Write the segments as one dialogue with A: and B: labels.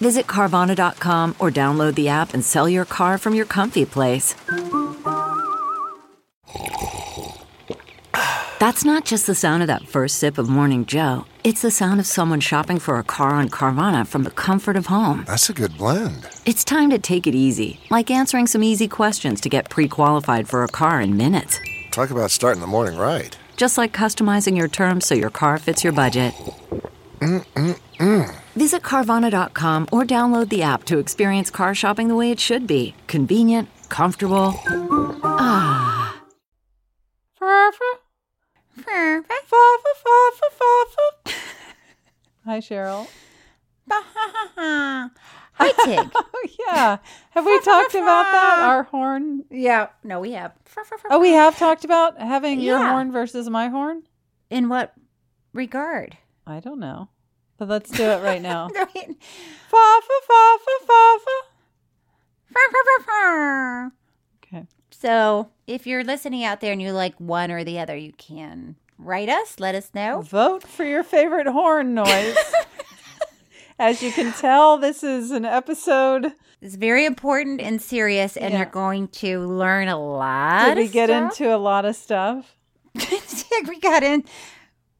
A: Visit Carvana.com or download the app and sell your car from your comfy place. That's not just the sound of that first sip of Morning Joe, it's the sound of someone shopping for a car on Carvana from the comfort of home.
B: That's a good blend.
A: It's time to take it easy, like answering some easy questions to get pre qualified for a car in minutes.
B: Talk about starting the morning right.
A: just like customizing your terms so your car fits your budget. Visit Carvana.com or download the app to experience car shopping the way it should be convenient, comfortable.
C: Hi, Cheryl.
D: Hi, Tig.
C: Oh, yeah. Have we talked about that? Our horn.
D: yeah. No, we have.
C: Oh, we have talked about having your
D: Yeah.
C: horn versus my horn?
D: In what regard?
C: I don't know. But let's do it right now. fa,
D: Right.
C: fa, fa, fa, fa, fa. Okay.
D: So, if you're listening out there and you like one or the other, you can write us, let us know.
C: Vote for your favorite horn noise. As you can tell, this is an episode
D: It's very important and serious, and
C: Yeah.
D: you're going to learn a lot.
C: that we
D: of
C: get
D: stuff.
C: into a lot of stuff.
D: we got in.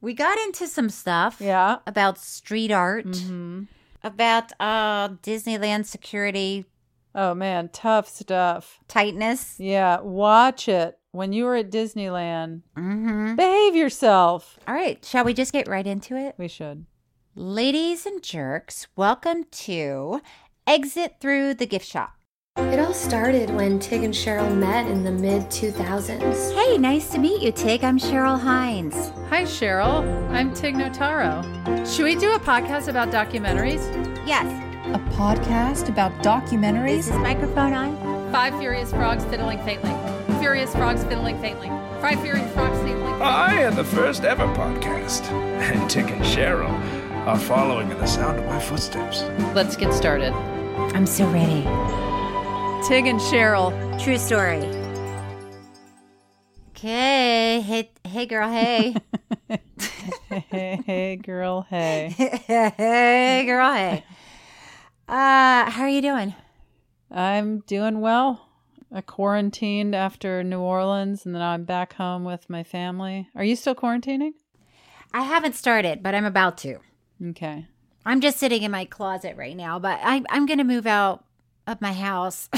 D: We got into some stuff.
C: Yeah.
D: About street art,
C: Mm-hmm.
D: about uh, Disneyland security
C: Oh, man. Tough stuff.
D: tightness.
C: Yeah. Watch it. When you were at Disneyland,
D: Mm-hmm.
C: behave yourself.
D: All right, shall we just get right into it?
C: We should.
D: Ladies and jerks, welcome to Exit Through the Gift Shop.
E: It all started when Tig and Cheryl met in the mid 2000s.
D: Hey, nice to meet you, Tig. I'm Cheryl Hines.
F: Hi, Cheryl. I'm Tig Notaro. Should we do a podcast about documentaries?
D: Yes,
G: A podcast about
D: is
G: documentaries?
D: this microphone on?
F: Five furious frogs fiddling faintly. Furious frogs fiddling faintly. Five furious frogs fiddling faintly.
H: I am the first ever podcast, and Tick and Cheryl are following in the sound of my footsteps.
F: Let's get started.
D: I'm so ready.
F: Tig and Cheryl.
D: True story. Okay, hey, hey, girl, hey,
C: Hey, hey, girl, hey.
D: hey, girl, hey. Uh, how are you doing?
C: I'm doing well. I quarantined after New Orleans and then I'm back home with my family. Are you still quarantining?
D: I haven't started, but I'm about to.
C: Okay.
D: I'm just sitting in my closet right now, but I, I'm going to move out of my house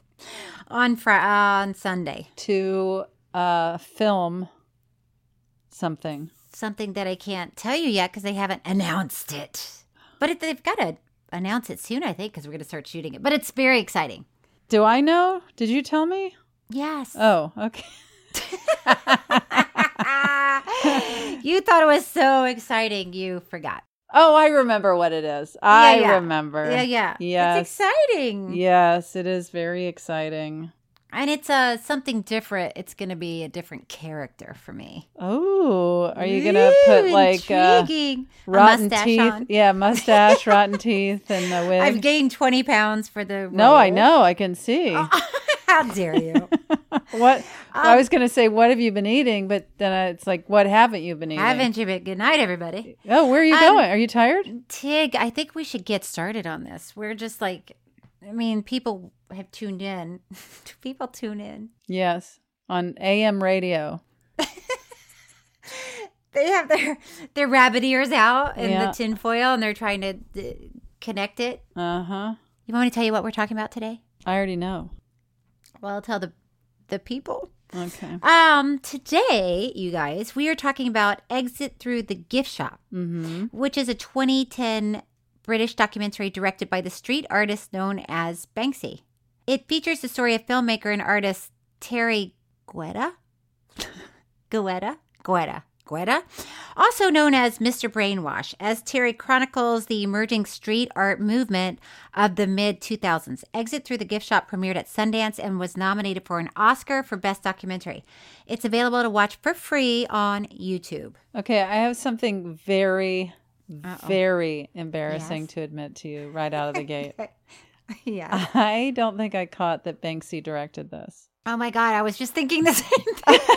D: on Fri uh, on Sunday.
C: To uh film something.
D: Something that I can't tell you yet because they haven't announced it. But it, they've got to announce it soon, I think, because we're going to start shooting it. But it's very exciting.
C: Do I know? Did you tell me?
D: Yes.
C: Oh, okay.
D: you thought it was so exciting, you forgot.
C: Oh, I remember what it is. I
D: yeah.
C: remember.
D: Yeah, yeah.
C: Yes.
D: It's exciting.
C: Yes, it is very exciting.
D: And it's uh, something different. It's going to be a different character for me.
C: Oh, are you gonna put
D: Ooh,
C: like uh,
D: intriguing. A
C: rotten
D: mustache
C: teeth?
D: on.
C: Yeah, mustache, rotten teeth, and the wig.
D: I've gained 20 pounds for the
C: No, I
D: role.
C: know. I can see.
D: Uh, How dare you?
C: what
D: um,
C: I was going to say, what have you been eating? But then I, it's like, what haven't you been eating?
D: Haven't you been? Good night, everybody.
C: Oh, where are you
D: Um,
C: going? Are you tired?
D: Tig, I think we should get started on this. We're just like, I mean, people have tuned in. people tune in.
C: Yes, on AM radio.
D: They have their their rabbit ears out and
C: Yeah.
D: the tinfoil, and they're trying to uh, connect it.
C: Uh huh.
D: You want me to tell you what we're talking about today?
C: I already know.
D: Well, I'll tell the the people.
C: Okay.
D: Um, today, you guys, we are talking about Exit Through the Gift Shop,
C: Mm-hmm.
D: which is a 2010 British documentary directed by the street artist known as Banksy. It features the story of filmmaker and artist Terry Guetta. Guetta? Guetta. Guetta, also known as Mr. Brainwash, as Terry chronicles the emerging street art movement of the mid 2000s. Exit Through the Gift Shop premiered at Sundance and was nominated for an Oscar for Best Documentary. It's available to watch for free on YouTube.
C: Okay, I have something very, very embarrassing
D: Yes.
C: to admit to you right out of the gate.
D: yeah.
C: I don't think I caught that Banksy directed this.
D: Oh my God, I was just thinking the same thing.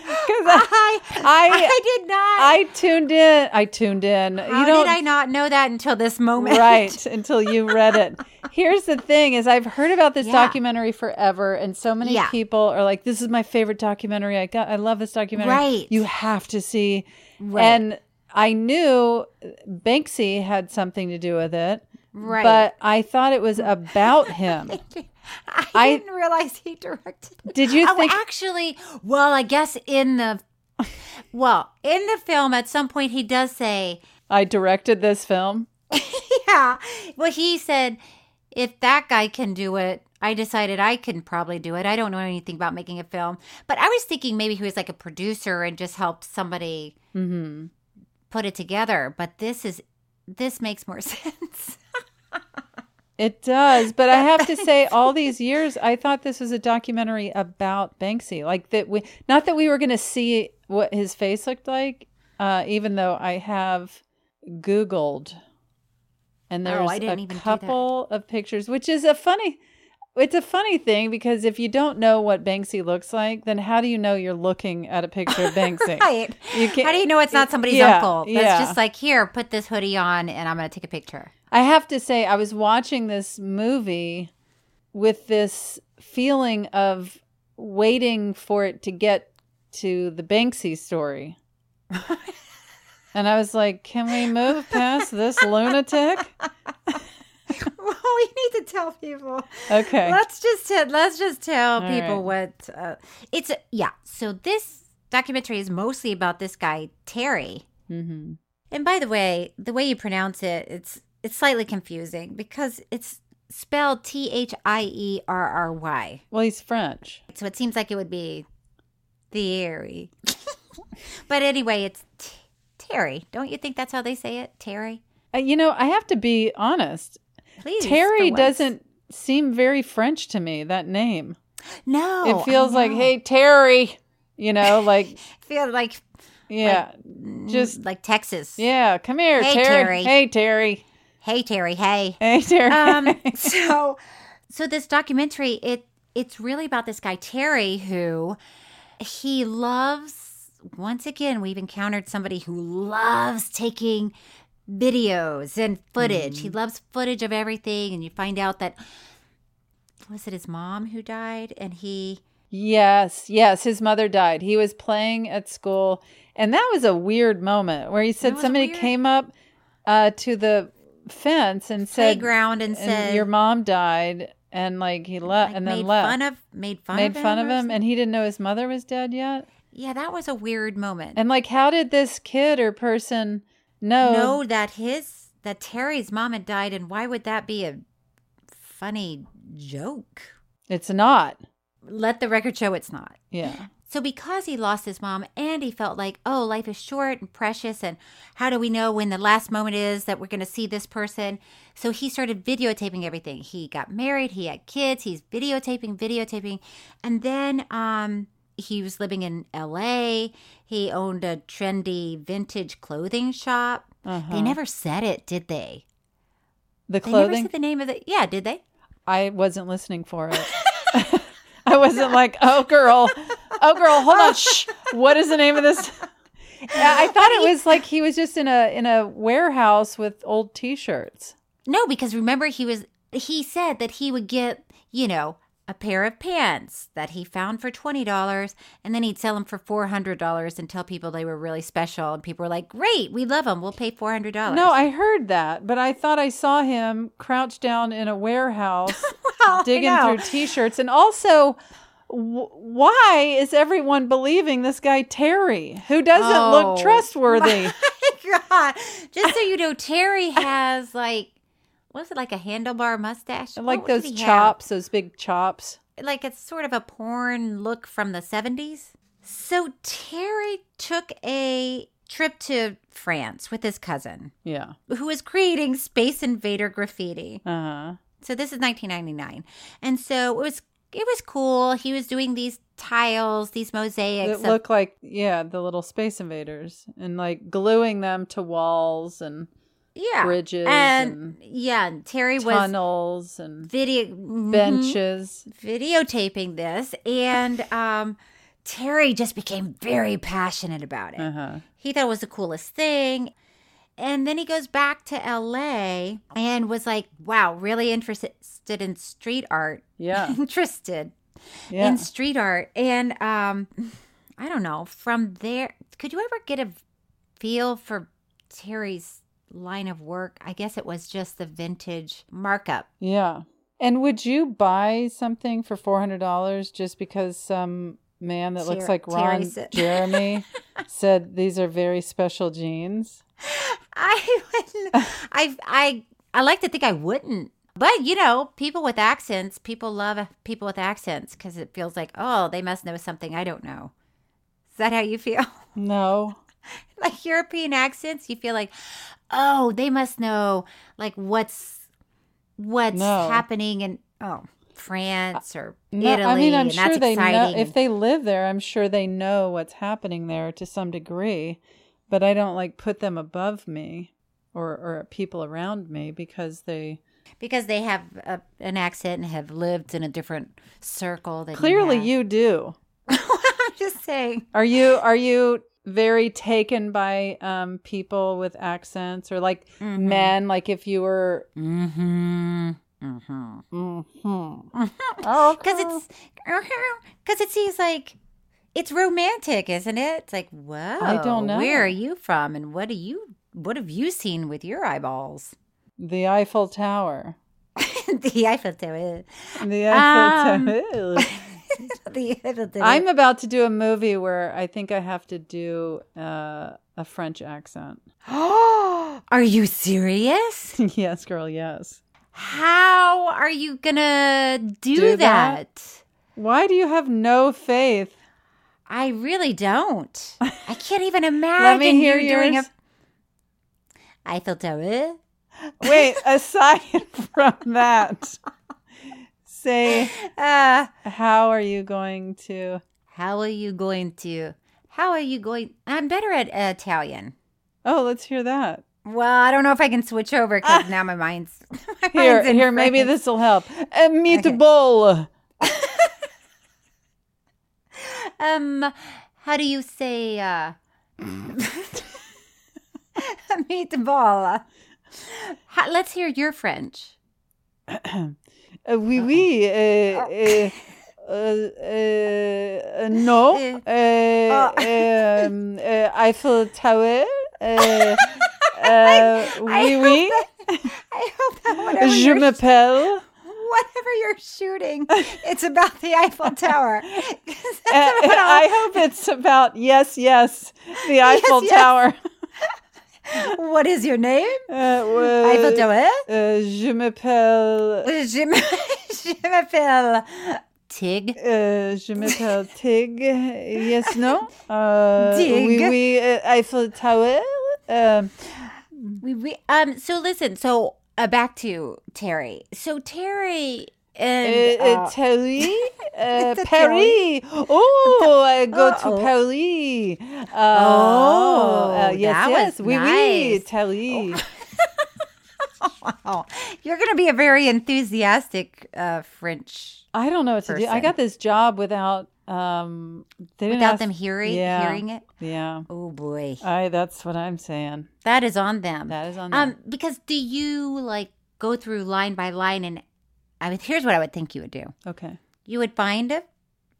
C: 'Cause
D: I, I,
C: I-
D: did not.
C: I tuned in. I tuned in.
D: How
C: you don't,
D: did I not know that until this moment?
C: right until you read it here's the thing is i've heard about this
D: Yeah.
C: documentary forever and so many
D: Yeah.
C: people are like this is my favorite documentary i got i love this documentary
D: Right.
C: you have to see
D: Right.
C: and i knew banksy had something to do with it
D: Right.
C: but i thought it was about him
D: I,
C: I-
D: didn't realize he directed. it.
C: Did you
D: oh,
C: think-
D: Actually, well, I guess in the well in the film at some point he does say,
C: i directed this film
D: yeah. Well, he said, if that guy can do it. I decided I can probably do it. I don't know anything about making a film, but I was thinking maybe he was like a producer and just helped somebody
C: mm-hmm.
D: put it together. But this is this makes more sense.
C: it does but i have to say all these years i thought this was a documentary about banksy like that we not that we were going to see what his face looked like uh, even though i have googled and
D: Oh,
C: there's
D: I didn't
C: a
D: even do that.
C: couple of pictures which is a funny it's a funny thing because if you don't know what banksy looks like then how do you know you're looking at a picture of banksy
D: right.
C: you can't,
D: How do you know it's not somebody's
C: Yeah,
D: uncle? That's
C: yeah.
D: just like, here, put this hoodie on and I'm going to take a picture.
C: I have to say, I was watching this movie with this feeling of waiting for it to get to the Banksy story. and I was like, can we move past this lunatic?
D: well, we need to tell people.
C: Okay.
D: Let's just t- let's just tell
C: All
D: people what uh, it's. yeah. So this documentary is mostly about this guy Terry.
C: Mm-hmm.
D: And by the way, the way you pronounce it, it's it's slightly confusing because it's spelled T H I E R R Y.
C: Well, he's French.
D: So it seems like it would be Theory. but anyway, it's t- Terry. Don't you think that's how they say it? Terry?
C: Uh, you know, I have to be honest.
D: Please. for
C: Terry
D: once.
C: doesn't seem very French to me, that name.
D: No.
C: it feels
D: Oh, I
C: like,
D: know.
C: hey, Terry, you know, like,
D: feel like
C: yeah, just,
D: like Texas.
C: yeah, come here,
D: Hey, Terry.
C: Terry. Hey, Terry.
D: Hey Terry, hey.
C: Hey, Terry.
D: Um so so this documentary it it's really about this guy Terry who he loves once again we've encountered somebody who loves taking videos and footage. He
C: Mm-hmm.
D: loves footage of everything and you find out that was it his mom who died and he
C: yes, yes, his mother died. He was playing at school, and that was a weird moment where he
D: That
C: said
D: was
C: somebody
D: weird.
C: came up uh, to the fence and said,
D: playground and, said
C: "Your mom died," and like he left,
D: like,
C: and then
D: made
C: left,
D: fun of made fun
C: made
D: of him
C: fun
D: or
C: of him,
D: something?
C: and he didn't know his mother was dead yet.
D: yeah, that was a weird moment.
C: And like, how did this kid or person know?
D: know that his that Terry's mom had died, and why would that be a funny joke?
C: it's not.
D: Let the record show it's not.
C: Yeah,
D: So because he lost his mom and he felt like, oh, life is short and precious and how do we know when the last moment is that we're going to see this person? So he started videotaping everything. He got married, he had kids, he's videotaping, videotaping. And then um he was living in LA. He owned a trendy vintage clothing shop. They never said it, did they?
C: Uh-huh. the
D: They never
C: clothing.
D: said the name of the Yeah, did they?
C: I wasn't listening for it. I wasn't like, oh girl, oh girl, hold on, shh. What is the name of this? Yeah, I thought it was like he was just in a in a warehouse with old T-shirts.
D: No, because remember he was he said that he would get, you know, a pair of pants that he found for $20 and then he'd sell them for $400 and tell people they were really special and people were like, "Great, we love them. We'll pay $400."
C: No, I heard that, but I thought I saw him crouched down in a warehouse
D: Well, I
C: digging
D: know.
C: through T-shirts. And also, w- why is everyone believing this guy Terry, who doesn't
D: Oh,
C: look trustworthy?
D: My God. Just so you know, Terry has like what was it like a handlebar mustache?
C: like
D: What did
C: those
D: he have?
C: chops, those big chops.
D: Like it's sort of a porn look from the 70s. So Terry took a trip to France with his cousin,
C: Yeah.
D: who was creating Space Invader graffiti.
C: Uh huh.
D: So this is 1999, and so it was it was cool. He was doing these tiles, these mosaics.
C: It
D: of-
C: looked like yeah, the little space invaders and like gluing them to walls and
D: yeah,
C: bridges
D: and,
C: and
D: yeah. And Terry was
C: tunnels and
D: video mhm.
C: benches.
D: videotaping this and um Terry just became very passionate about it.
C: Uh huh.
D: He thought it was the coolest thing. And then he goes back to LA and was like, wow, really interested in street art.
C: Yeah.
D: interested
C: Yeah.
D: in street art. And um I don't know, from there, could you ever get a feel for Terry's line of work? I guess it was just the vintage markup.
C: yeah. And would you buy something for four hundred dollars just because some man that looks
D: Ter-
C: like
D: Terry
C: Ron
D: said-
C: Jeremy said these are very special jeans?
D: I wouldn't. I I I like to think I wouldn't. But you know, people with accents, people love people with accents because it feels like, oh, they must know something I don't know. Is that how you feel?
C: No.
D: like European accents, you feel like, oh, they must know like what's what's
C: No. Uh,
D: happening in oh France or
C: No,
D: Italy.
C: I mean, I'm
D: and
C: sure
D: that's
C: they know
D: exciting.
C: if they live there. I'm sure they know what's happening there to some degree, but I don't like put them above me or or people around me because they
D: because they have a, an accent and have lived in a different circle. Than
C: clearly
D: have.
C: you do.
D: I'm just saying.
C: Are you are you very taken by um people with accents or like men? Like if you were
D: Mm-hmm. Mm-hmm.
C: oh
D: Because it's because it seems like it's romantic, isn't it? It's like, whoa,
C: don't know.
D: Where are you from, and what do you what have you seen with your eyeballs?
C: the Eiffel Tower,
D: the Eiffel Tower.
C: the Eiffel
D: Um,
C: Tower.
D: the Eiffel Tower.
C: I'm about to do a movie where I think I have to do uh, a French accent.
D: are you serious?
C: yes, girl, yes.
D: How are you gonna do,
C: Do that?
D: that?
C: Why do you have no faith?
D: I really don't. I can't even imagine
C: Let me hear
D: you doing a
C: yours.
D: Eiffel Tower.
C: Wait, aside from that, say,
D: Uh,
C: how are you going to?
D: How are you going to? How are you going? I'm better at Italian.
C: Oh, let's hear that.
D: Well, I don't know if I can switch over because now my mind's my
C: Here,
D: mind's in
C: here, maybe
D: French.
C: this will help. A meatball.
D: Um, how do you say uh, meatball? How, let's hear your French.
C: Uh, oui, oui. Uh,
D: Oh.
C: uh, uh, uh, uh, no.
D: Uh,
C: Uh,
D: Oh.
C: um, uh, Eiffel Tower. Uh, uh, oui,
D: hope
C: oui.
D: I hope that whatever,
C: Je Uh,
D: you're,
C: m'appelle.
D: whatever you're shooting, it's about the Eiffel Tower. 'Cause that's
C: Uh,
D: about all-
C: I hope it's about yes, yes, the Eiffel
D: yes.
C: Tower.
D: what is your name?
C: Uh, well,
D: Eiffel Tower.
C: uh, je m'appelle.
D: Je m- je m'appelle Tig.
C: Uh, je m'appelle Tig. Yes, no. Uh,
D: Tig.
C: Oui, oui. Uh, Eiffel Tower. Um,
D: We, we um. So listen. So uh, back to Terry. So Terry and
C: uh, uh,
D: uh,
C: Terry, uh,
D: It's a
C: Paris. Oh, I go to
D: Uh-oh.
C: Paris. Uh,
D: Oh,
C: uh, yes,
D: that
C: yes,
D: was
C: oui, oui,
D: nice.
C: Terry.
D: oh, you're gonna be a very enthusiastic uh, French
C: I don't know what to do. I
D: Person.
C: got this job without um they didn't
D: without
C: ask-
D: them hearing
C: Yeah.
D: hearing it.
C: Yeah,
D: Oh boy,
C: I. That's what I'm saying.
D: that is on them.
C: That is on.
D: um,
C: Um,
D: because do you like go through line by line and I would here's what I would think you would do.
C: okay.
D: You would find a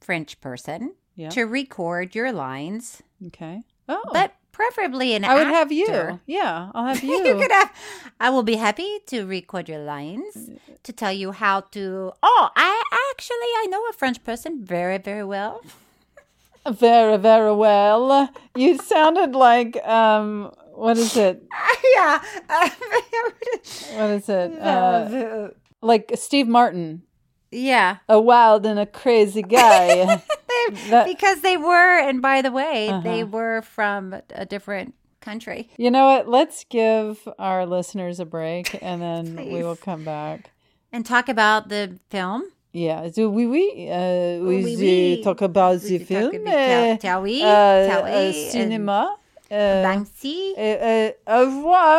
D: French person
C: Yeah.
D: to record your lines,
C: Okay. Oh,
D: but preferably an
C: I would have
D: actor.
C: you. Yeah, I'll have you.
D: you could have. I will be happy to record your lines
C: Mm.
D: to tell you how to. Oh, I actually I know a French person very very well.
C: very, very well. You sounded like um. What is it?
D: yeah.
C: Uh, What is it? Uh, like Steve Martin,
D: yeah.
C: a wild and a crazy guy.
D: They
C: That-
D: because they were, and by the way, they
C: Uh-huh.
D: were from a different country.
C: You know what? Let's give our listeners a break and then we will
D: Please.
C: come back.
D: And talk about the film.
C: Yeah, so we we uh, we
D: Oui,
C: the
D: oui.
C: talk about
D: We
C: the
D: could talk
C: film,
D: about-
C: uh,
D: tell we,
C: uh,
D: tell
C: uh,
D: we, and-
C: cinema. Uh,
D: Banksy.
C: uh, uh, au revoir.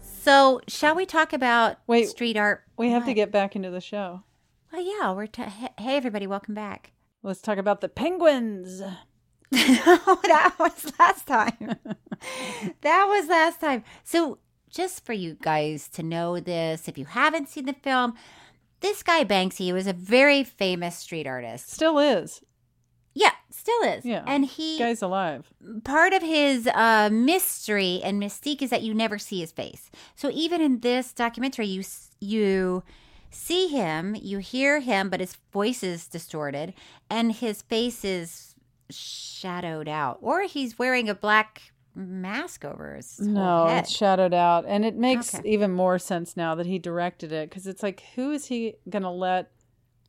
D: So, shall we talk about
C: Wait,
D: street art?
C: We have to
D: What?
C: get back into the show.
D: Well, yeah, we're. ta hey, hey, everybody, welcome back.
C: Let's talk about the penguins.
D: that was last time. that was last time. So, just for you guys to know this, if you haven't seen the film, this guy Banksy was a very famous street artist.
C: Still is.
D: Yeah, still is.
C: Yeah.
D: And he
C: Guy's alive.
D: part of his uh, mystery and mystique is that you never see his face. So even in this documentary, you s- you see him, you hear him, but his voice is distorted and his face is shadowed out, or he's wearing a black mask over his whole
C: No,
D: head.
C: it's shadowed out. And it makes
D: Okay.
C: even more sense now that he directed it because it's like, who is he going to let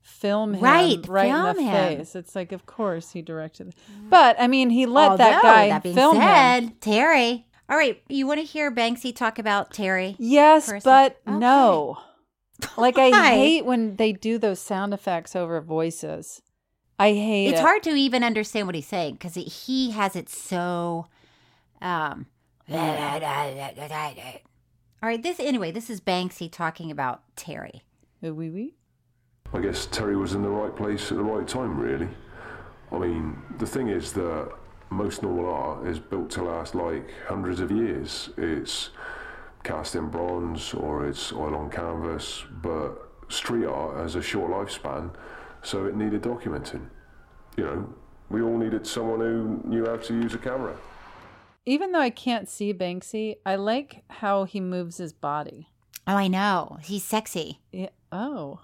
C: film him
D: Right,
C: right in the
D: film him.
C: face? It's like, of course he directed it. But I mean, he let that
D: Although,
C: guy
D: That being
C: film
D: said,
C: him.
D: Terry. All right, you want to hear Banksy talk about Terry?
C: Yes,
D: person.
C: but
D: Okay.
C: no. Like, I
D: Why?
C: hate when they do those sound effects over voices. I hate
D: it's
C: it.
D: hard to even understand what he's saying because he has it so um all right this anyway this is banksy talking about terry
C: Uh, oui, oui.
I: I guess Terry was in the right place at the right time, really. I mean, the thing is that most normal art is built to last like hundreds of years. It's cast in bronze or it's oil on canvas, but street art has a short lifespan, so it needed documenting. You know, we all needed someone who knew how to use a camera.
C: Even though I can't see Banksy, I like how he moves his body.
D: oh i know he's sexy
C: Yeah. Oh.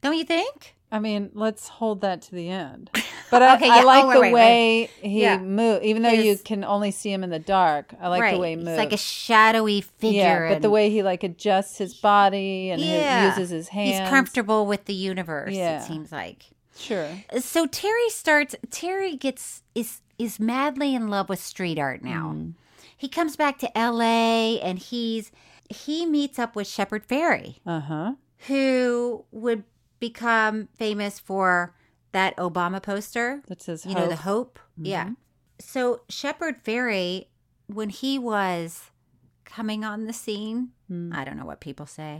D: don't you think
C: I mean, let's hold that to the end. But I,
D: Okay,
C: I
D: yeah. Oh,
C: like
D: wait,
C: the
D: wait,
C: way
D: wait.
C: he
D: Yeah.
C: moves, even though you
D: His-
C: can only see him in the dark. I like the way he moves.
D: it's like a shadowy figure
C: Yeah, but the
D: and-
C: way he like adjusts his body and his-
D: Yeah.
C: uses his hands.
D: he's comfortable with the universe
C: Yeah.
D: it seems like
C: Sure.
D: so Terry starts Terry gets is is madly in love with street art now.
C: Mm-hmm. Mm,
D: He comes back to LA and he's he meets up with Shepard Fairey,
C: Uh huh.
D: who would become famous for that Obama poster.
C: That says
D: you know the hope. Mm-hmm. Yeah. So Shepard Fairey when he was coming on the scene, I don't know what people say,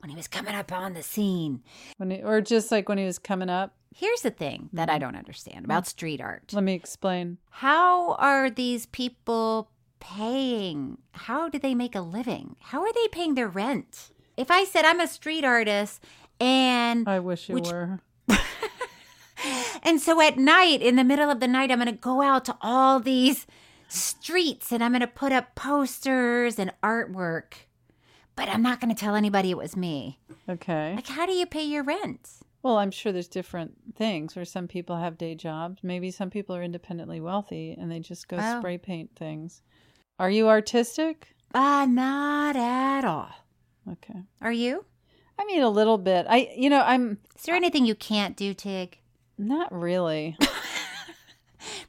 D: when he was coming up on the scene.
C: When he, or just like when he was coming up.
D: Here's the thing that I don't understand about street art.
C: Let me explain.
D: How are these people paying? How do they make a living? How are they paying their rent? If I said I'm a street artist and
C: I wish you
D: Which-
C: were.
D: and so at night in the middle of the night I'm going to go out to all these streets and I'm going to put up posters and artwork. But I'm not going to tell anybody it was me.
C: Okay.
D: Like how do you pay your rent?
C: Well, I'm sure there's different things where some people have day jobs. Maybe some people are independently wealthy and they just go
D: Oh.
C: spray paint things. Are you artistic?
D: Uh not at all.
C: Okay.
D: Are you?
C: I mean, a little bit. I, you know, I'm.
D: Is there anything you can't do, Tig?
C: Not really.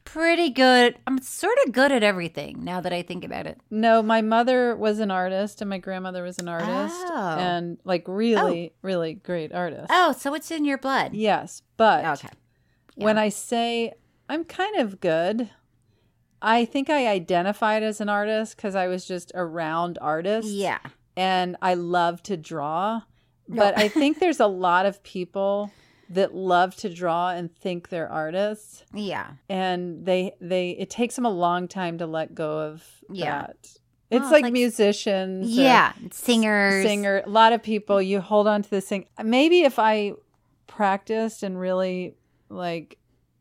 D: Pretty good. I'm sort of good at everything now that I think about it.
C: No, my mother was an artist and my grandmother was an artist
D: Oh.
C: and like really, really great artist.
D: Oh, so it's in your blood.
C: Yes, but when I say I'm kind of good, I think I identified as an artist because I was just around artists.
D: Yeah.
C: And I love to draw. But I think there's a lot of people that love to draw and think they're artists
D: Yeah.
C: and they they it takes them a long time to let go of
D: Yeah.
C: that. It's
D: it's
C: like,
D: like-
C: musicians, or
D: Yeah, singers.
C: singer. A lot of people you hold on to this thing. Maybe if I practiced and really like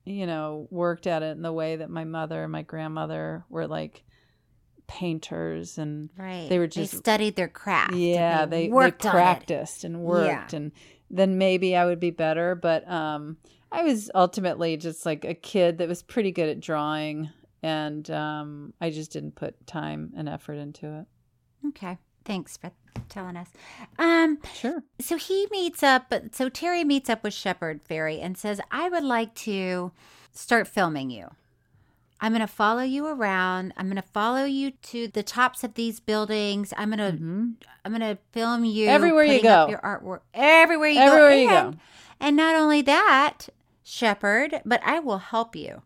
C: you know worked at it in the way that my mother and my grandmother were like painters and
D: Right.
C: they were just
D: studied their craft. and
C: yeah they, they,
D: worked on it.
C: practiced and worked
D: Yeah.
C: and then maybe i would be better but um i was ultimately just like a kid that was pretty good at drawing and um i just didn't put time and effort into it
D: Okay. Thanks for telling us. Um
C: sure
D: so he meets up so Terry meets up with Shepard Ferry and says, "I would like to start filming you. I'm going to follow you around. I'm going to follow you to the tops of these buildings. I'm going to I'm going to film you
C: Mm-hmm. Everywhere you
D: putting up
C: go.
D: your artwork everywhere you
C: Everywhere
D: go.
C: you go.
D: And- And not only that, Shepard, but I will help you.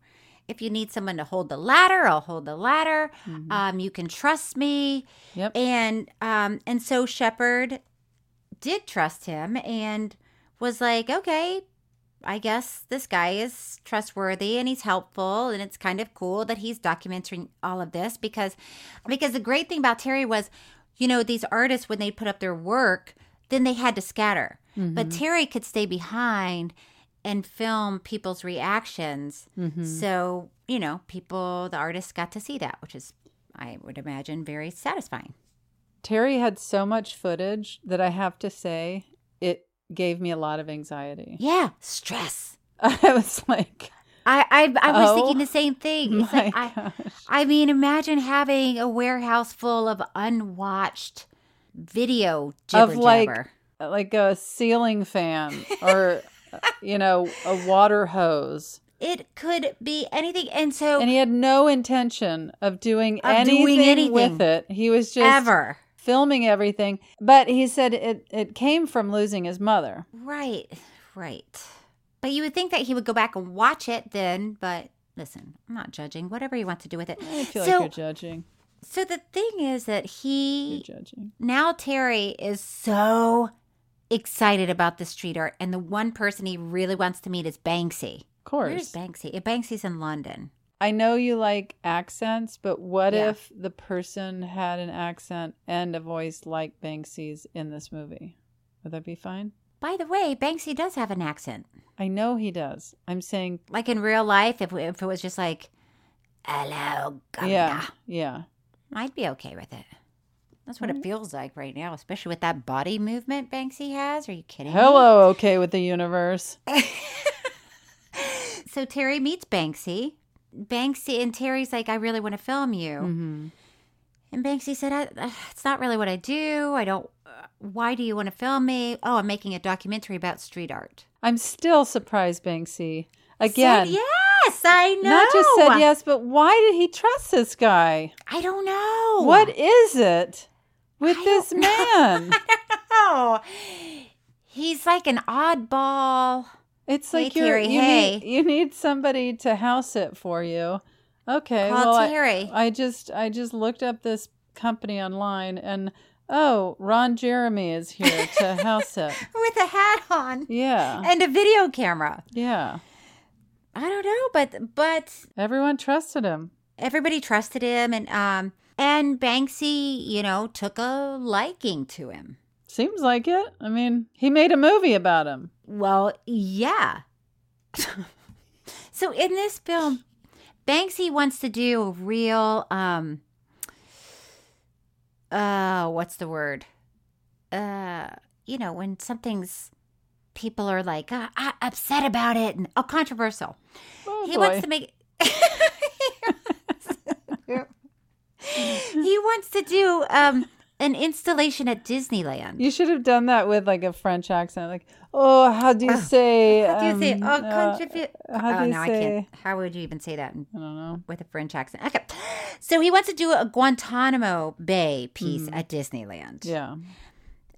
D: If you need someone to hold the ladder, I'll hold the ladder.
C: Mm-hmm.
D: Um, you can trust me.
C: Yep.
D: And um, and so Shepard did trust him and was like, okay, I guess this guy is trustworthy and he's helpful and it's kind of cool that he's documenting all of this because because the great thing about Terry was, you know, these artists when they put up their work, then they had to scatter. But Terry could stay behind and film people's reactions. So, you know, people the artists got to see that, which is I would imagine very satisfying.
C: terry had so much footage that i have to say it gave me a lot of anxiety
D: Yeah, stress.
C: i was like
D: I I, I was
C: Oh.
D: thinking the same thing. It's
C: My
D: like I
C: gosh.
D: I mean, imagine having a warehouse full of unwatched video jibber
C: of like
D: jabber.
C: like a ceiling fan or you know a water hose
D: It could be anything, and so
C: and he had no intention of doing,
D: Of
C: anything,
D: doing anything.
C: with it. He was just
D: ever
C: filming everything. But he said it, it came from losing his mother.
D: right, right. But you would think that he would go back and watch it then. But listen, I'm not judging. Whatever you want to do with it.
C: I feel
D: so,
C: like you're judging.
D: so the thing is that
C: You're
D: he
C: judging.
D: now Terry is so excited about the street art, and the one person he really wants to meet is Banksy.
C: Of course.
D: Where's Banksy? Banksy's in London.
C: I know you like accents, but what
D: Yeah.
C: if the person had an accent and a voice like Banksy's in this movie? Would that be fine?
D: By the way, Banksy does have an accent.
C: I know he does. I'm saying,
D: Like in real life, if, if it was just like, hello, governor,
C: yeah, yeah.
D: I'd be okay with it. That's what it feels like right now, especially with that body movement Banksy has. Are you kidding? me?
C: Hello, okay with the universe.
D: So Terry meets Banksy. Banksy and Terry's like, I really want to film you.
C: Mm-hmm.
D: And Banksy said, I, uh, It's not really what I do. I don't. uh, Why do you want to film me? Oh, I'm making a documentary about street art.
C: I'm still surprised Banksy.
D: Said
C: Again,
D: yes, I know.
C: Not just said yes, but why did he trust this guy?
D: I don't know.
C: What is it with this man?
D: Oh, he's like an oddball.
C: It's like
D: Hey,
C: you're,
D: Terry,
C: you,
D: hey.
C: need, you need somebody to house it for you. Okay,
D: Call
C: well, I-
D: Terry.
C: I, just I just looked up this company online, and oh, Ron Jeremy is here to house it.
D: with a hat on
C: Yeah,
D: and a video camera.
C: yeah.
D: I don't know, but but
C: Everyone trusted him.
D: everybody trusted him, and um and Banksy, you know, took a liking to him.
C: Seems like it. I mean, he made a movie about him.
D: Well, yeah. so in this film, Banksy wants to do a real um uh what's the word? Uh you know, when something's people are like uh, uh, upset about it and oh controversial.
C: Oh
D: he
C: boy.
D: wants to make he wants to do um an installation at Disneyland.
C: You should have done that with like a French accent, like, "Oh, how do you say?
D: How do you say?
C: um,
D: Oh,
C: uh,
D: contribute.
C: how do
D: oh,
C: you
D: no, I can't.
C: say-
D: How would you even say that? in-
C: I don't know.
D: With a French accent. Okay. So he wants to do a Guantanamo Bay piece at Disneyland.
C: Hmm. Yeah.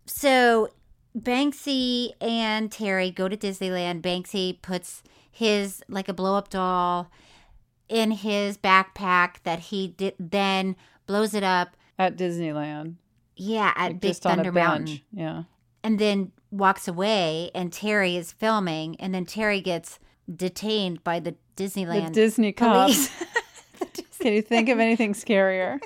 D: So Banksy and Terry go to Disneyland. Banksy puts his, like a blow up doll, in his backpack that he did, then blows it up.
C: At Disneyland,
D: Yeah, at
C: like,
D: Big
C: just on
D: Thunder
C: a
D: Mountain
C: bench. Yeah.
D: and then walks away and Terry is filming and then Terry gets detained by the Disneyland
C: The Disney cops.
D: police.
C: Can you think of anything scarier?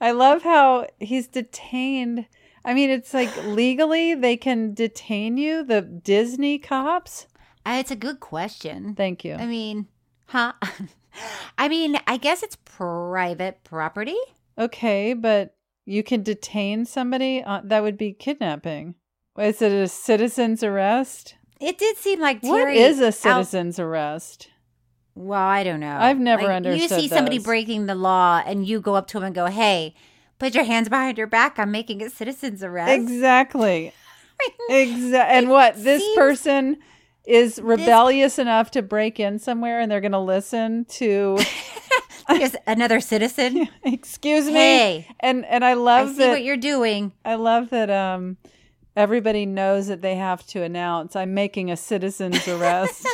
C: I love how he's detained. I mean, it's like legally they can detain you, the Disney cops.
D: Uh, it's a good question.
C: Thank you.
D: I mean, huh? I mean, I guess it's private property.
C: Okay, but you can detain somebody. On, that would be kidnapping. Is it a citizen's arrest?
D: It did seem like
C: What
D: Terry
C: is a
D: out-
C: citizen's arrest?
D: well, I don't know.
C: I've never
D: You
C: understood
D: see somebody
C: those.
D: breaking the law, and you go up to him and go, "Hey, put your hands behind your back. I'm making a citizen's arrest."
C: Exactly. Exa- and what this
D: seems-
C: person is rebellious enough to break in somewhere and they're going to listen to
D: There's another citizen.
C: excuse me
D: Hey.
C: and and I
D: I
C: love
D: see
C: that
D: what you're doing.
C: I love that um everybody knows that they have to announce I'm making a citizen's arrest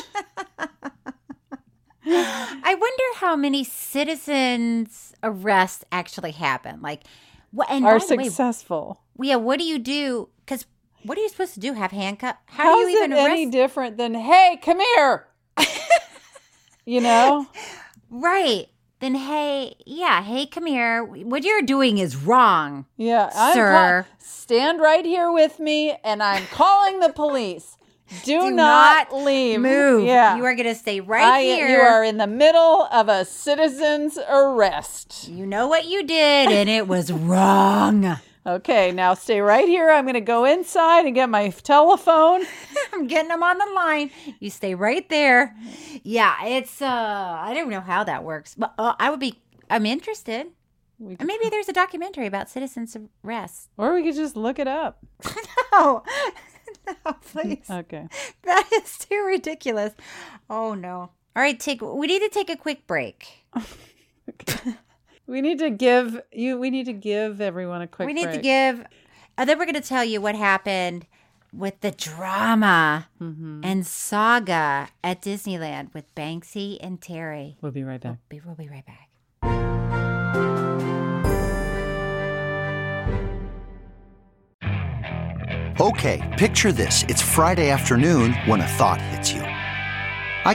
D: I wonder how many citizens arrests actually happen. Like, what? And
C: are
D: by the way,
C: successful
D: yeah, what do you do? Because what are you supposed to do? Have handcuff? How,
C: How
D: do
C: is
D: you even
C: it
D: arrest?
C: any different than hey come here you know
D: right. Then hey, yeah, hey, come here. What you're doing is wrong.
C: Yeah, I'm
D: Sir.
C: call- stand right here with me, and I'm calling the police. Do,
D: Do
C: not, leave.
D: Move.
C: Yeah,
D: You are gonna stay right
C: I-
D: here.
C: You are in the middle of a citizen's arrest.
D: You know what you did, and it was wrong.
C: Okay, now stay right here. I'm going to go inside and get my telephone.
D: I'm getting them on the line. You stay right there. Yeah, it's uh I don't know how that works, but uh, I would be I'm interested.
C: We
D: And maybe there's a documentary about citizens arrest.
C: Or we could just look it up.
D: no. no, please.
C: Okay.
D: That is too ridiculous. Oh no. All right, take we need to take a quick break.
C: We need to give you. We need to give everyone a quick.
D: we need to
C: break.
D: give and then we're going to tell you what happened with the drama and saga at Disneyland with Banksy and Terry.
C: We'll be right back.
D: Be- We'll be right back.
J: Okay, picture this. It's Friday afternoon when a thought hits you. I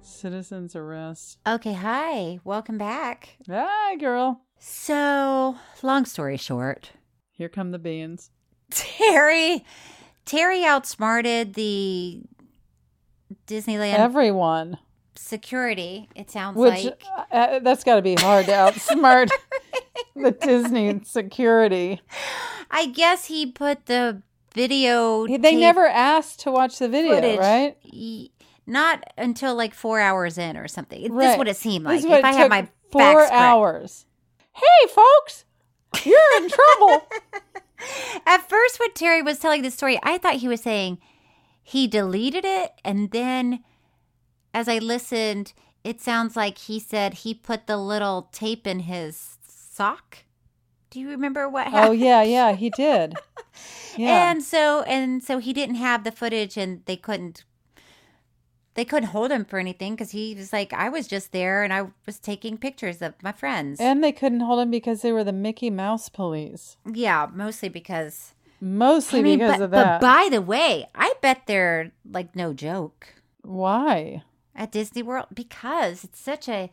C: Citizens arrest.
D: Okay, hi. Welcome back.
C: Hi, girl.
D: So, long story short,
C: Here come the beans.
D: Terry Terry outsmarted the Disneyland
C: Everyone.
D: security. It sounds
C: Which
D: like
C: uh, that's got to be hard to outsmart the Disney security.
D: I guess he put the video
C: They
D: tape
C: never asked to watch the video,
D: footage,
C: right?
D: y- Not until like four hours in or something. It- This
C: Right.
D: is what it seemed like.
C: This is what
D: If
C: it
D: I had
C: took
D: my
C: four
D: facts correct.
C: hours. Hey, folks, you're in trouble.
D: At first, when Terry was telling the story, I thought he was saying he deleted it. And then as I listened, it sounds like he said he put the little tape in his sock. Do you remember what happened?
C: Oh yeah, yeah, he did. Yeah.
D: And so and so he didn't have the footage and they couldn't they couldn't hold him for anything cuz he was like I was just there and I was taking pictures of my friends.
C: And they couldn't hold him because they were the Mickey Mouse police.
D: yeah, mostly because
C: Mostly
D: I mean,
C: because
D: but,
C: of that.
D: but by the way, I bet they're like no joke
C: Why?
D: at Disney World because it's such a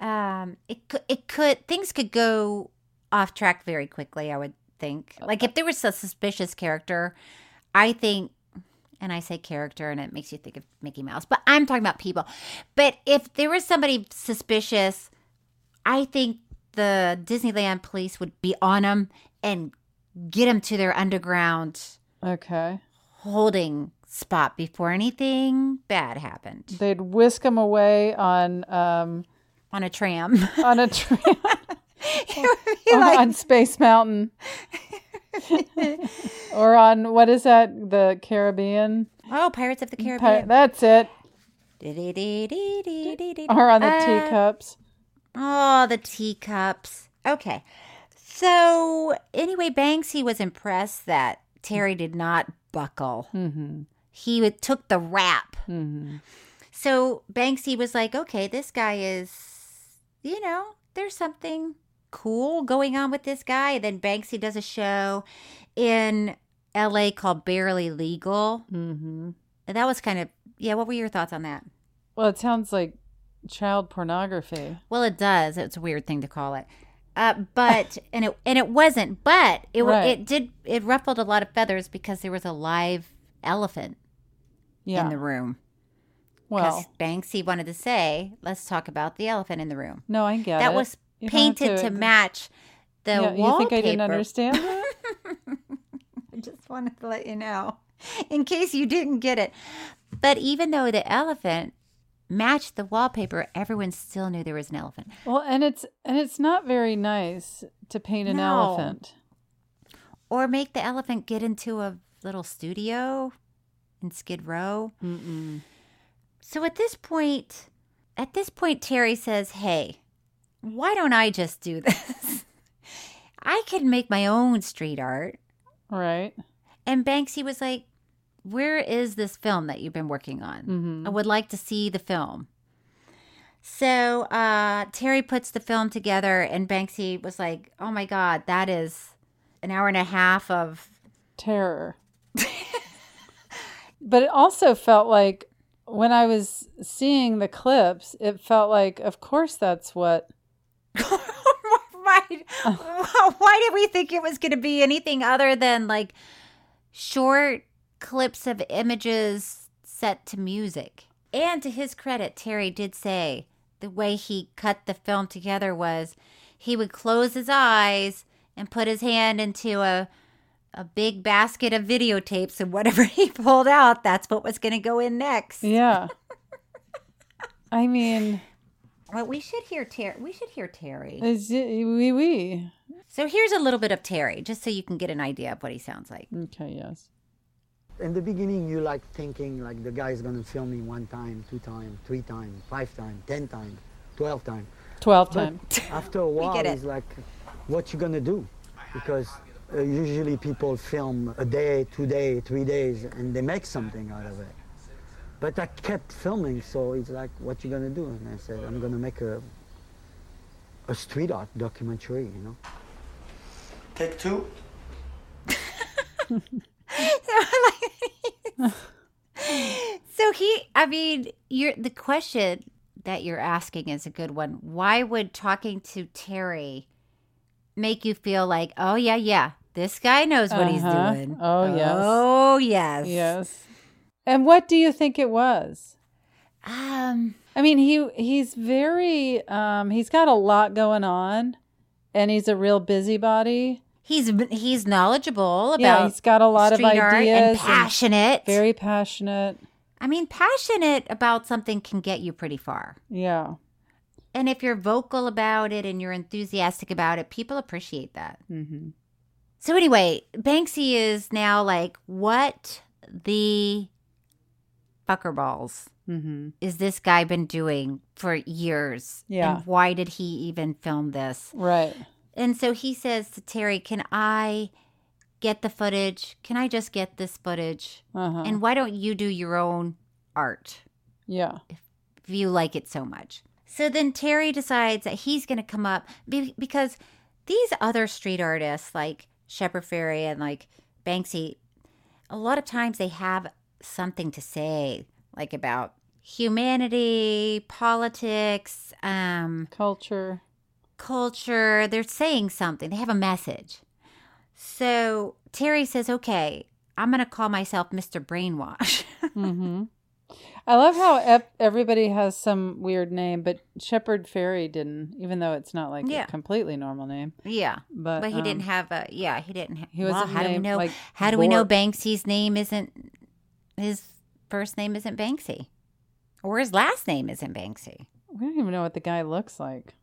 D: um it could it could things could go off track very quickly, I would think. Like if there was a suspicious character, I think and I say character and it makes you think of Mickey Mouse, but I'm talking about people. But if there was somebody suspicious, I think the Disneyland police would be on them and get them to their underground
C: Okay.
D: holding spot before anything bad happened
C: They'd whisk him away on um
D: on a tram.
C: on a train
D: Be like,
C: on Space Mountain. or on what is that? The Caribbean?
D: oh, Pirates of the
C: Pi-
D: Caribbean.
C: that's it.
D: Du-du-du-du-du-du-du-du.
C: Or on the
D: Uh,
C: teacups.
D: Oh, the teacups. Okay. So, anyway, Banksy was impressed that Terry did not buckle.
C: Mm-hmm.
D: He would- took the rap.
C: Mm-hmm.
D: So, Banksy was like, okay, this guy is, you know, there's something cool going on with this guy. And then Banksy does a show in LA called Barely Legal.
C: Mm-hmm.
D: And that was kind of, yeah, what were your thoughts on that?
C: Well, it sounds like child pornography.
D: Well, it does. It's a weird thing to call it. Uh, but and it and it wasn't, but it wa-
C: Right.
D: it did it ruffled a lot of feathers because there was a live elephant
C: Yeah.
D: in the room. 'Cause
C: well,
D: Banksy wanted to say, "Let's talk about the elephant in the room."
C: no, I get it.
D: that was
C: You don't have
D: painted to,
C: to-
D: match the
C: Yeah, you
D: wallpaper.
C: think I didn't understand? that?
D: I just wanted to let you know in case you didn't get it. But even though the elephant matched the wallpaper, everyone still knew there was an elephant.
C: well, and it's and it's not very nice to paint an
D: No.
C: elephant.
D: Or make the elephant get into a little studio in Skid Row.
C: Mm-mm.
D: So at this point, at this point, Terry says, Hey, why don't I just do this? I can make my own street art.
C: Right.
D: And Banksy was like, Where is this film that you've been working on?
C: Mhm.
D: I would like to see the film. So uh, Terry puts the film together, and Banksy was like, Oh my God, that is an hour and a half of
C: terror. but it also felt like when I was seeing the clips, it felt like, of course, that's what.
D: Right. Why, why did we think it was going to be anything other than like short clips of images set to music? And to his credit, Terry did say the way he cut the film together was he would close his eyes and put his hand into a a big basket of videotapes and whatever he pulled out, that's what was going to go in next.
C: Yeah. I mean,
D: Well, we should hear Terry. We should hear Terry.
C: is it, oui, oui.
D: So here's a little bit of Terry, just so you can get an idea of what he sounds like.
C: Okay, yes.
K: in the beginning you like thinking like the guy's gonna film me one time two time three time five time ten time twelve time
C: 12
K: But
C: time.
K: after a while
D: get it.
K: it's like what you gonna do because uh, usually people film a day two day three days and they make something out of it but i kept filming so it's like what you gonna do and i said i'm gonna make a a street art documentary you know take two
D: So he, I mean, you're the question that you're asking is a good one. Why would talking to Terry make you feel like, oh yeah, yeah, this guy knows what he's
C: Uh-huh.
D: doing?
C: Oh, yes.
D: oh yes,
C: Yes. And what do you think it was?
D: Um,
C: I mean, he he's very um he's got a lot going on and he's a real busybody.
D: he's he's knowledgeable about.
C: yeah, he's got a lot of
D: street
C: ideas
D: art and
C: and
D: passionate.
C: very passionate.
D: I mean, passionate about something can get you pretty far.
C: Yeah.
D: And if you're vocal about it and you're enthusiastic about it, people appreciate that.
C: Mhm.
D: So anyway, Banksy is now like, what the fuckerballs
C: Mhm.
D: is this guy been doing for years?
C: Yeah.
D: And why did he even film this?
C: Right.
D: And so he says to Terry, Can I get the footage? Can I just get this footage?
C: Uh-huh.
D: And why don't you do your own art
C: Yeah.
D: if you like it so much? So then Terry decides that he's going to come up be- because these other street artists like Shepard Fairey and like Banksy, a lot of times they have something to say, like about humanity, politics, um,
C: culture.
D: Culture. They're saying something, they have a message. So Terry says, okay, I'm going to call myself Mr. Brainwash.
C: hmm I love how ev- everybody has some weird name, but Shepherd Fairy didn't, even though it's not like
D: Yeah.
C: a completely normal name.
D: yeah.
C: But,
D: he didn't
C: um,
D: have a, yeah, he didn't. Ha-
C: he
D: well,
C: wasn't
D: how do we
C: named,
D: know?
C: like,
D: how do we know
C: Bork.
D: Banksy's name isn't, his first name isn't Banksy? Or his last name isn't Banksy?
C: We don't even know what the guy looks like.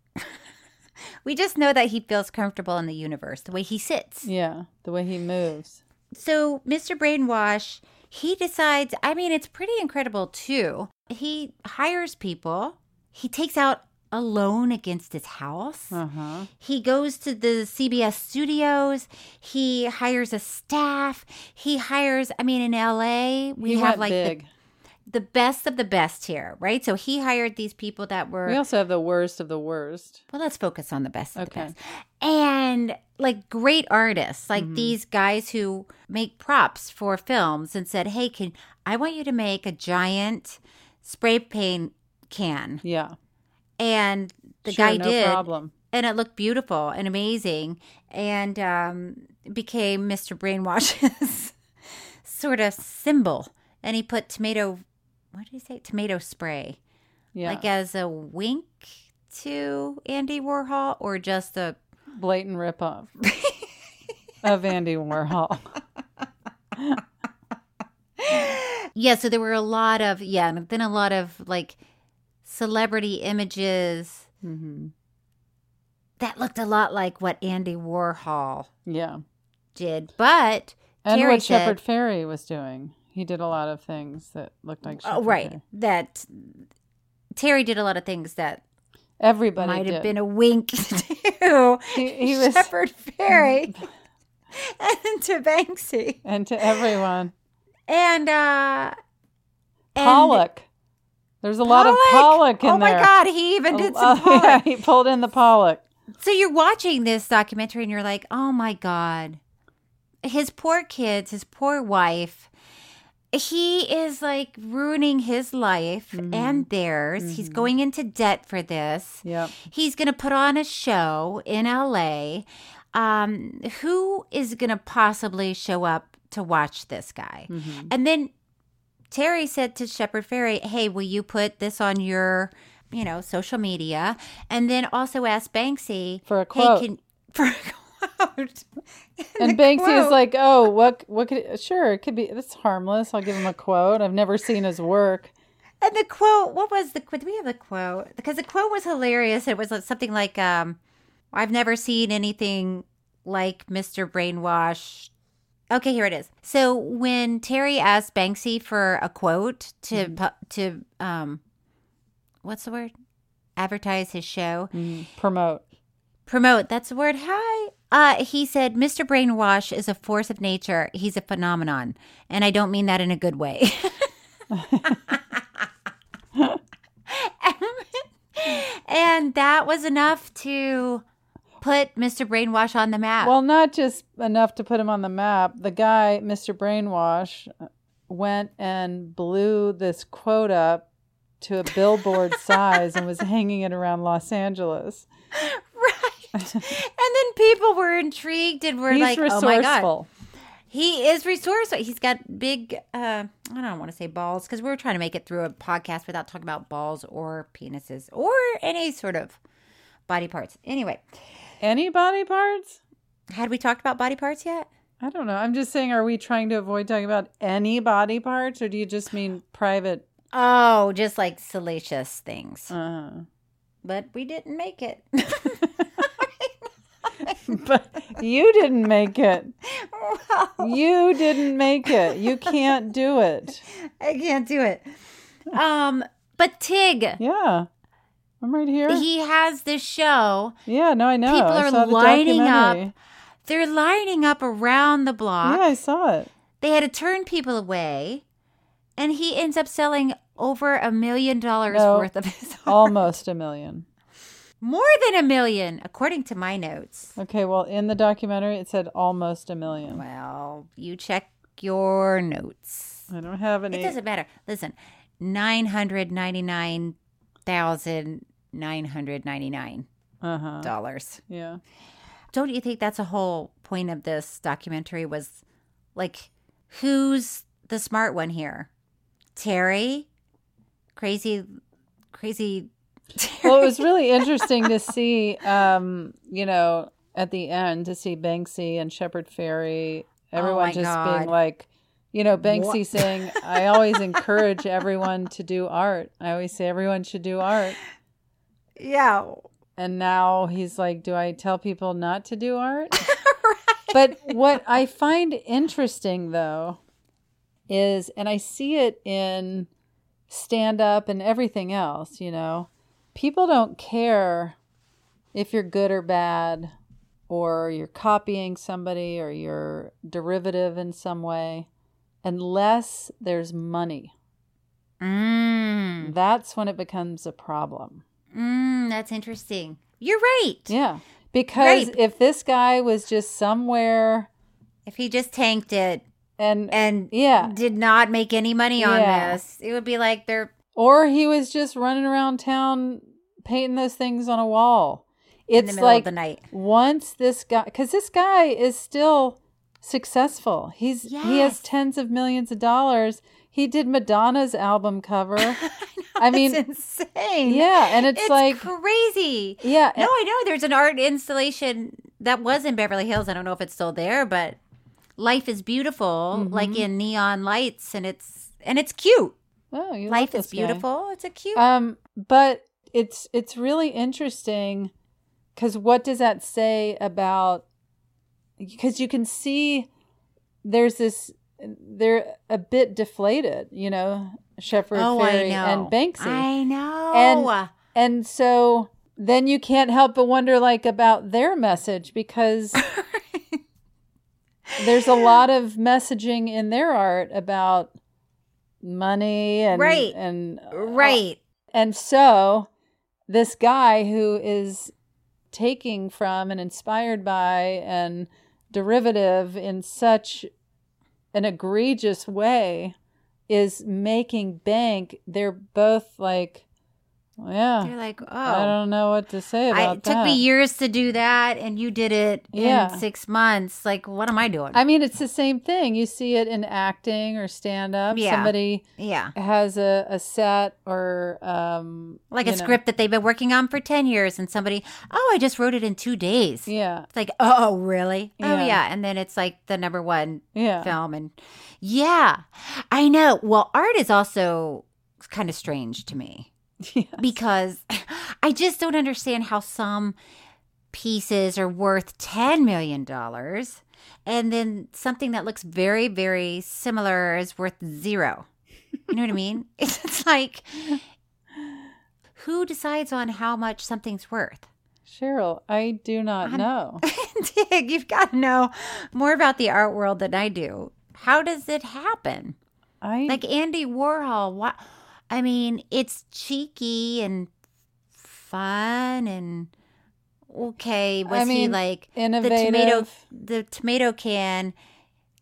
D: We just know that he feels comfortable in the universe, the way he sits.
C: Yeah, the way he moves.
D: So, Mr. Brainwash, he decides, I mean, it's pretty incredible too. He hires people, he takes out a loan against his house.
C: Uh huh.
D: He goes to the CBS studios. He hires a staff. He hires, I mean, in LA, we
C: He
D: have
C: went
D: like the,
C: big.
D: the best of the best here, right? So he hired these people that were.
C: We also have the worst of the worst.
D: Well, let's focus on the best of
C: Okay.
D: the best. And like great artists, like
C: Mhm.
D: these guys who make props for films and said, "Hey, can I want you to make a giant spray paint can?"
C: Yeah.
D: And the
C: Sure,
D: guy
C: no
D: did.
C: problem.
D: And it looked beautiful and amazing and um, became Mr. Brainwash's sort of symbol. And he put tomato, what did he say? Tomato spray
C: Yeah.
D: like uh as a wink to Andy Warhol or just a
C: blatant ripoff of Andy Warhol.
D: yeah so there were a lot of yeah and then a lot of like celebrity images
C: hmm
D: that looked a lot like what Andy Warhol
C: Yeah.
D: did but
C: And
D: Terry
C: what Shepard
D: said
C: Fairey was doing. He did a lot of things that looked like Shepard
D: oh, right
C: Fairey.
D: that Terry did a lot of things that
C: Everybody
D: might have
C: did.
D: been a wink to
C: He- he was-
D: Shepard Fairey and to Banksy
C: and to everyone.
D: and uh and-
C: Pollock. There's a lot of Pollock in
D: oh
C: there.
D: my God, he even did some
C: Oh, yeah,
D: Pollock.
C: he pulled in the Pollock.
D: So you're watching this documentary and you're like, oh my God, his poor kids, his poor wife. He is like ruining his life
C: Mm-hmm.
D: and theirs. He's going into debt for this.
C: Yep.
D: He's going to put on a show in LA. Um, who is going to possibly show up to watch this guy?
C: Mm-hmm.
D: And then Terry said to Shepard Ferry, "Hey, will you put this on your, you know, social media?" And then also asked Banksy
C: For a
D: "Hey,
C: quote."
D: can- for a quote.
C: And
D: the
C: Banksy is
D: quote-
C: like, oh, what? What could? Sure, it could be. It's harmless. I'll give him a quote. I've never seen his work.
D: And the quote, what was the quote? Do we have the quote? Because the quote was hilarious. It was like- something like, um, I've never seen anything like Mr. Brainwash. Okay, here it is. So when Terry asked Banksy for a quote to pu- to um, what's the word? Advertise his show,
C: Promote.
D: promote. That's the word. Hi. Uh, he said, "Mr. Brainwash is a force of nature. He's a phenomenon, and I don't mean that in a good way." and that was enough to put Mr. Brainwash on the map.
C: Well, not just enough to put him on the map. The guy, Mr. Brainwash, went and blew this quote up to a billboard size and was hanging it around Los Angeles.
D: right. and then people were intrigued and were
C: He's
D: like, "Oh my god,
C: resourceful.
D: he is resourceful. He's got big. Uh, I don't want to say balls because we were trying to make it through a podcast without talking about balls or penises or any sort of body parts. Anyway,
C: Any body parts?
D: had we talked about body parts yet?
C: I don't know. I'm just saying, are we trying to avoid talking about any body parts or do you just mean private?
D: Oh, just like salacious things,
C: Uh,
D: but we didn't make it.
C: but you didn't make it.
D: Well,
C: You didn't make it. You can't do it.
D: I can't do it. Um, but Tig,
C: Yeah. I'm right here.
D: He has this show.
C: Yeah, no, I know.
D: People
C: I
D: are
C: saw the
D: lining
C: documentary.
D: up. They're lining up around the block.
C: Yeah, I saw it.
D: They had to turn people away, and he ends up selling over a million dollars
C: No, Oh.
D: worth of his
C: almost a million.
D: more than a million, according to my notes.
C: Okay, well, in the documentary, it said almost a million.
D: Well, you check your notes.
C: I don't have any.
D: It doesn't matter. Listen, nine hundred ninety nine thousand nine hundred ninety nine
C: Uh-huh.
D: dollars.
C: Yeah.
D: Don't you think that's a whole point of this documentary was like who's the smart one here? Terry? Crazy crazy Terry.
C: Well, it was really interesting to see, um, you know, at the end to see Banksy and Shepard Fairey,
D: Oh
C: everyone
D: my
C: just
D: God.
C: being like, you know, Banksy
D: What?
C: saying, "I always encourage everyone to do art. I always say everyone should do art."
D: Yeah.
C: And now he's like, "Do I tell people not to do art?" But what I find interesting though is, and I see it in stand up and everything else, you know, people don't care if you're good or bad or you're copying somebody or you're derivative in some way unless there's money.
D: Mm.
C: That's when it becomes a problem.
D: Mm, that's interesting. You're right.
C: Yeah. Because
D: Right.
C: if this guy was just somewhere
D: If he just tanked it
C: and,
D: and
C: yeah,
D: did not make any money on
C: Yeah.
D: this, it would be like they're
C: or he was just running around town painting those things on a wall. It's
D: in the middle
C: like
D: of the night.
C: once this guy, because this guy is still successful. He's he
D: Yes.
C: has tens of millions of dollars. He did Madonna's album cover. I, mean,
D: it's insane.
C: yeah, and it's like-
D: crazy.
C: yeah,
D: No, I know there's an art installation that was in Beverly Hills. I don't know if it's still there, but Life is Beautiful,
C: Mm-hmm.
D: like in neon lights, and it's and it's cute.
C: oh, you love
D: Life is
C: this guy.
D: beautiful. It's a cute.
C: Um, but it's it's really interesting because what does that say about? Because you can see there's this they're a bit deflated, you know, Shepard
D: oh,
C: Fairey
D: I know.
C: and Oh, Banksy,
D: I know.
C: and and so then you can't help but wonder like about their message because there's a lot of messaging in their art about money and
D: Right.
C: and
D: right.
C: and so this guy who is taking from and inspired by and derivative in such an egregious way is making bank. They're both like,
D: You're
C: yeah,
D: like, oh,
C: uh, I don't know what to say about
D: I- it took
C: that.
D: me years to do that, and you did it
C: Yeah.
D: in six months. Like, what am I doing?
C: I mean, it's the same thing. You see it in acting or stand up.
D: Yeah.
C: Somebody
D: yeah,
C: has a, a set or um,
D: like
C: you
D: a
C: know.
D: script that they've been working on for ten years, and somebody, oh, I just wrote it in two days.
C: Yeah.
D: It's like, oh, really?
C: Yeah.
D: Oh, yeah. And then it's like the number one
C: Yeah.
D: film, and yeah, I know. Well, art is also kind of strange to me because I just don't understand how some pieces are worth $10 million and then something that looks very, very similar is worth zero. You know what I mean? It's, it's like, who decides on how much something's worth?
C: Cheryl, I do not know.
D: Dig, you've got to know more about the art world than I do. How does it happen?
C: I
D: like Andy Warhol. What? I mean, it's cheeky and fun and okay. Was he
C: mean,
D: like the tomato?
C: innovative.
D: The tomato can.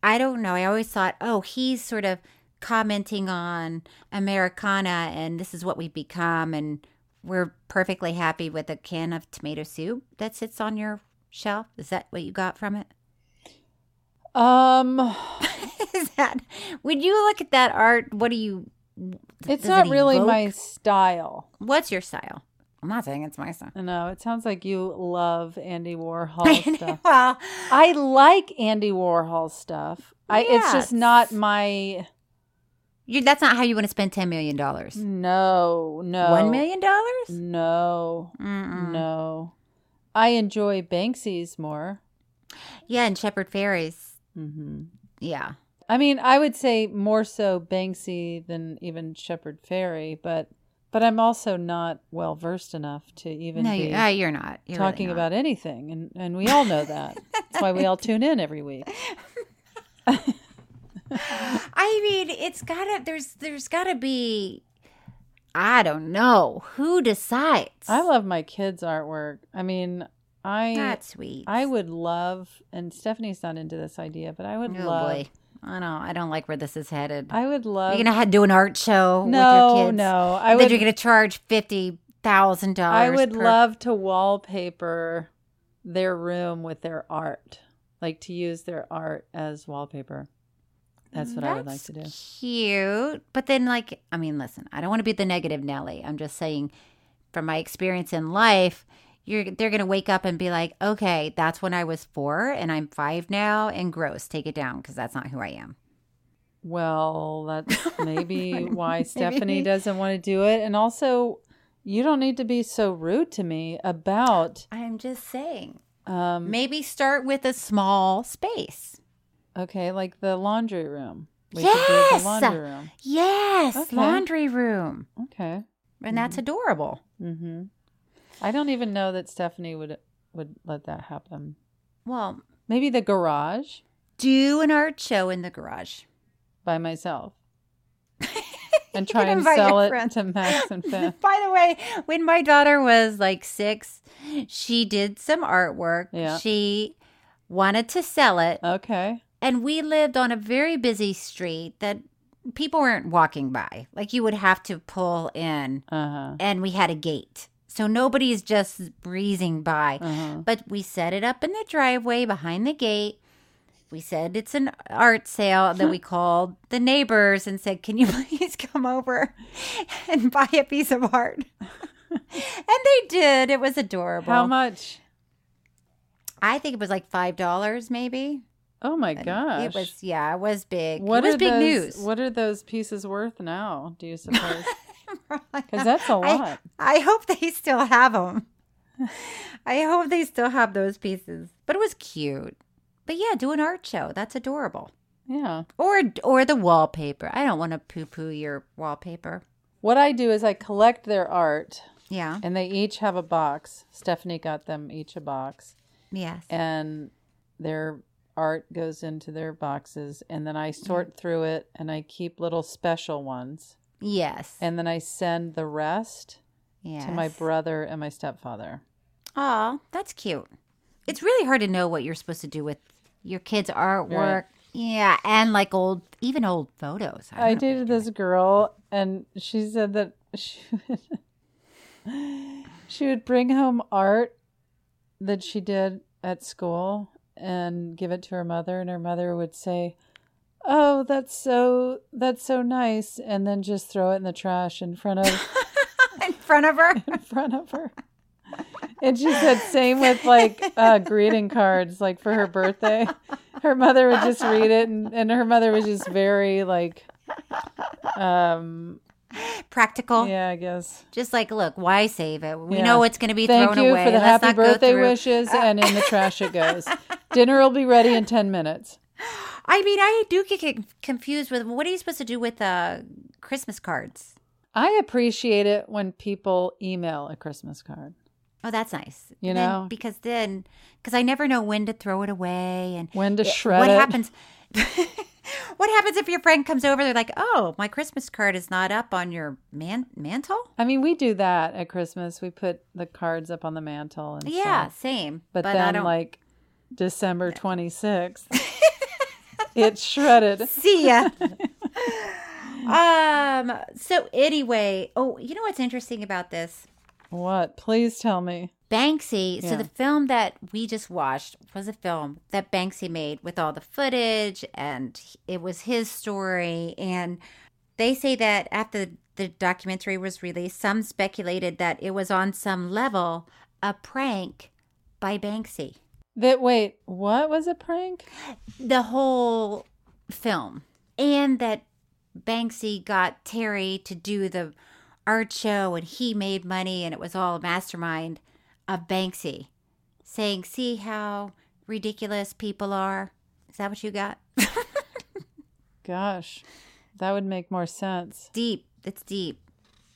D: I don't know. I always thought, oh, he's sort of commenting on Americana and this is what we've become, and we're perfectly happy with a can of tomato soup that sits on your shelf. Is that what you got from it?
C: Um,
D: is that when you look at that art? What do you?
C: it's
D: does
C: not
D: it
C: really my
D: evoke?
C: style.
D: What's your style? I'm not saying it's my style.
C: No, it sounds like you love Andy Warhol stuff.
D: well,
C: I like Andy Warhol stuff. I it's
D: Yes.
C: just not my
D: you, that's not how you want to spend ten million dollars.
C: no, no.
D: One million dollars?
C: No.
D: Mm-mm.
C: No. I enjoy Banksy's more.
D: Yeah, and Shepherd Fairies.
C: Mm-hmm.
D: Yeah,
C: I mean, I would say more so Banksy than even Shepard Fairey, but But I'm also not well versed enough to even
D: No,
C: be
D: you- uh, you're not. You're really
C: talking
D: not.
C: about anything, and and we all know that. That's why we all tune in every week.
D: I mean, it's gotta there's there's gotta be I don't know who decides.
C: I love my kids' artwork. I mean, I
D: That's sweet.
C: I would love, and Stephanie's not into this idea, but I would
D: Oh,
C: love.
D: boy. I know. I don't like where this is headed.
C: I would love.
D: you're gonna have to do an art show
C: No,
D: with your kids.
C: no, I
D: and then
C: would-
D: you're gonna charge fifty thousand
C: I
D: dollars.
C: would love to wallpaper their room with their art, like to use their art as wallpaper. That's what I would like to do.
D: cute. But then, like, I mean, listen, I don't want to be the negative Nelly. I'm just saying, from my experience in life, you're they're gonna wake up and be like, okay, that's when I was four, and I'm five now, and gross, take it down because that's not who I am.
C: Well, that's maybe why
D: Oh Maybe.
C: Stephanie doesn't want to do it, and also, you don't need to be so rude to me about.
D: I'm just saying.
C: Um,
D: Maybe start with a small space.
C: Okay, like the laundry room. We could do
D: yes.
C: the laundry room.
D: Yes.
C: Okay.
D: Laundry room.
C: Okay.
D: And that's adorable.
C: Mm-hmm. I don't even know that Stephanie would would let that happen.
D: Well,
C: Maybe the garage
D: do an art show in the garage.
C: by myself. and
D: You
C: try
D: can
C: and
D: invite
C: sell
D: your
C: it
D: friends.
C: to Max and Finn.
D: By the way, when my daughter was like six, she did some artwork.
C: Yeah. Uh.
D: She wanted to sell it.
C: Okay.
D: And we lived on a very busy street that people weren't walking by. Like you would have to pull in,
C: Uh-huh.
D: and we had a gate. So nobody's just breezing by.
C: Uh-huh.
D: But we set it up in the driveway behind the gate. We said it's an art sale. and Then we called the neighbors and said, Can you please come over and buy a piece of art? and they did. It was adorable.
C: How much?
D: I think it was like $5 maybe.
C: Oh my
D: And
C: gosh.
D: It was, yeah, it was big.
C: what
D: it was
C: are
D: big
C: those,
D: news.
C: What are those pieces worth now, do you suppose? Because that's a
D: I-
C: lot.
D: I hope they still have them. I hope they still have those pieces. But it was cute. But yeah, do an art show. That's adorable.
C: yeah.
D: Or or the wallpaper. I don't want to poo poo your wallpaper.
C: What I do is I collect their art
D: Yeah.
C: and they each have a box. Stephanie got them each a box.
D: Yes.
C: and their art goes into their boxes and then I
D: Mm.
C: sort through it and I keep little special ones
D: Yes.
C: and then I send the rest
D: yes.
C: to my brother and my stepfather.
D: Aw, that's cute. It's really hard to know what you're supposed to do with your kids' artwork. Yeah, and like old, even old photos.
C: I,
D: don't know.
C: dated this girl and she said that she would, she would bring home art that she did at school and give it to her mother and her mother would say, "Oh, that's so that's so nice." and then just throw it in the trash in front of
D: in front of her.
C: in front of her. And she said, same with like uh, greeting cards, like for her birthday. Her mother would just read it, and, and her mother was just very like, um,
D: Practical.
C: yeah, I guess.
D: Just like, look, why save it? We
C: Yeah.
D: know it's going to be
C: Thank
D: thrown
C: you
D: away.
C: for the
D: Let's
C: happy
D: not go
C: birthday
D: through-
C: wishes, and in the trash it goes. Dinner will be ready in 10 minutes.
D: I mean, I do get con- confused with what are you supposed to do with uh, Christmas cards?
C: I appreciate it when people email a Christmas card.
D: Oh, that's nice.
C: You
D: Then-
C: know?
D: because then, because I never know when to throw it away and
C: When to
D: Yeah,
C: shred
D: what
C: it.
D: happens what happens if your friend comes over they're like oh my christmas card is not up on your man- mantle
C: I mean, we do that at Christmas. We put the cards up on the mantle and
D: yeah
C: stuff.
D: same
C: But,
D: I
C: then,
D: don't-
C: like December 26th, it's shredded.
D: see ya um so anyway oh you know what's interesting about this
C: What? Please tell me.
D: Banksy.
C: Yeah.
D: So the film that we just watched was a film that Banksy made with all the footage, and it was his story. And they say that after the documentary was released, some speculated that it was on some level a prank by Banksy.
C: That wait, what was a prank?
D: The whole film, and that Banksy got Terry to do the art show, and he made money, and it was all a mastermind of Banksy saying, See how ridiculous people are. Is that what you got?
C: Gosh, that would make more sense.
D: deep. It's deep.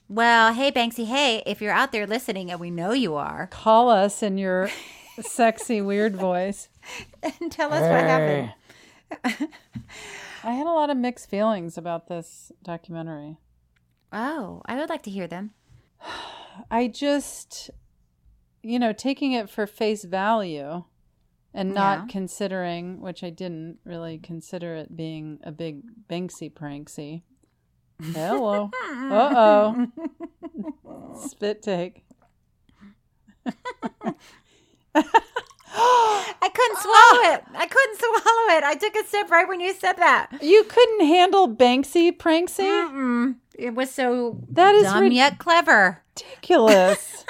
D: Well, hey, Banksy, hey, if you're out there listening, and we know you are,
C: call us in your sexy, weird voice
D: and tell us what happened.
C: I had a lot of mixed feelings about this documentary.
D: Oh, I would like to hear them.
C: I just, you know, taking it for face value and not
D: Yeah.
C: considering, which I didn't really consider it being a big Banksy pranksy. Hello. uh oh. Spit take.
D: I couldn't swallow it. I couldn't swallow it. I took a sip right when you said that.
C: You couldn't handle Banksy pranksy?
D: Mm-mm. It was so
C: That is
D: dumb
C: rid-
D: yet clever.
C: Ridiculous.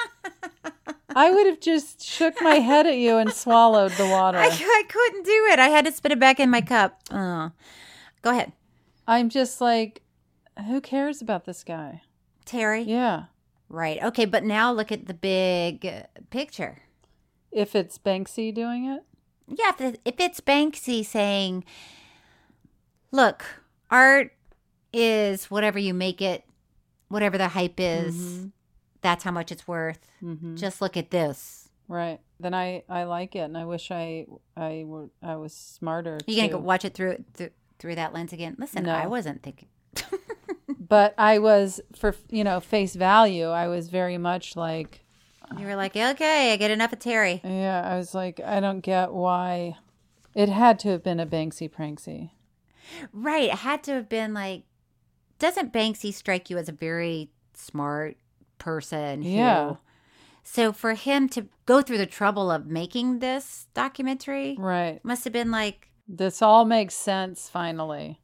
C: I would have just shook my head at you and swallowed the water.
D: I, I couldn't do it. I had to spit it back in my cup. Uh, go ahead,
C: I'm just like, who cares about this guy?
D: Terry.
C: Yeah.
D: Right. Okay, but now look at the big uh, picture.
C: If it's Banksy doing it,
D: Yeah, if, it- if it's Banksy saying, look, art is whatever you make it, whatever the hype is, that's how much it's worth. Just look at this.
C: right? Then I I like it, and I wish I I were I was smarter.
D: You're going to
C: too.
D: go watch it through, through through that lens again. Listen,
C: No.
D: I wasn't thinking.
C: But I was for you know face value. I was very much like
D: You were like, okay, I get enough of Terry.
C: yeah. I was like I don't get why it had to have been a Banksy pranksy.
D: Right. It had to have been like, doesn't Banksy strike you as a very smart person? who-
C: Yeah.
D: So for him to go through the trouble of making this documentary
C: Right.
D: must have been like,
C: This all makes sense finally.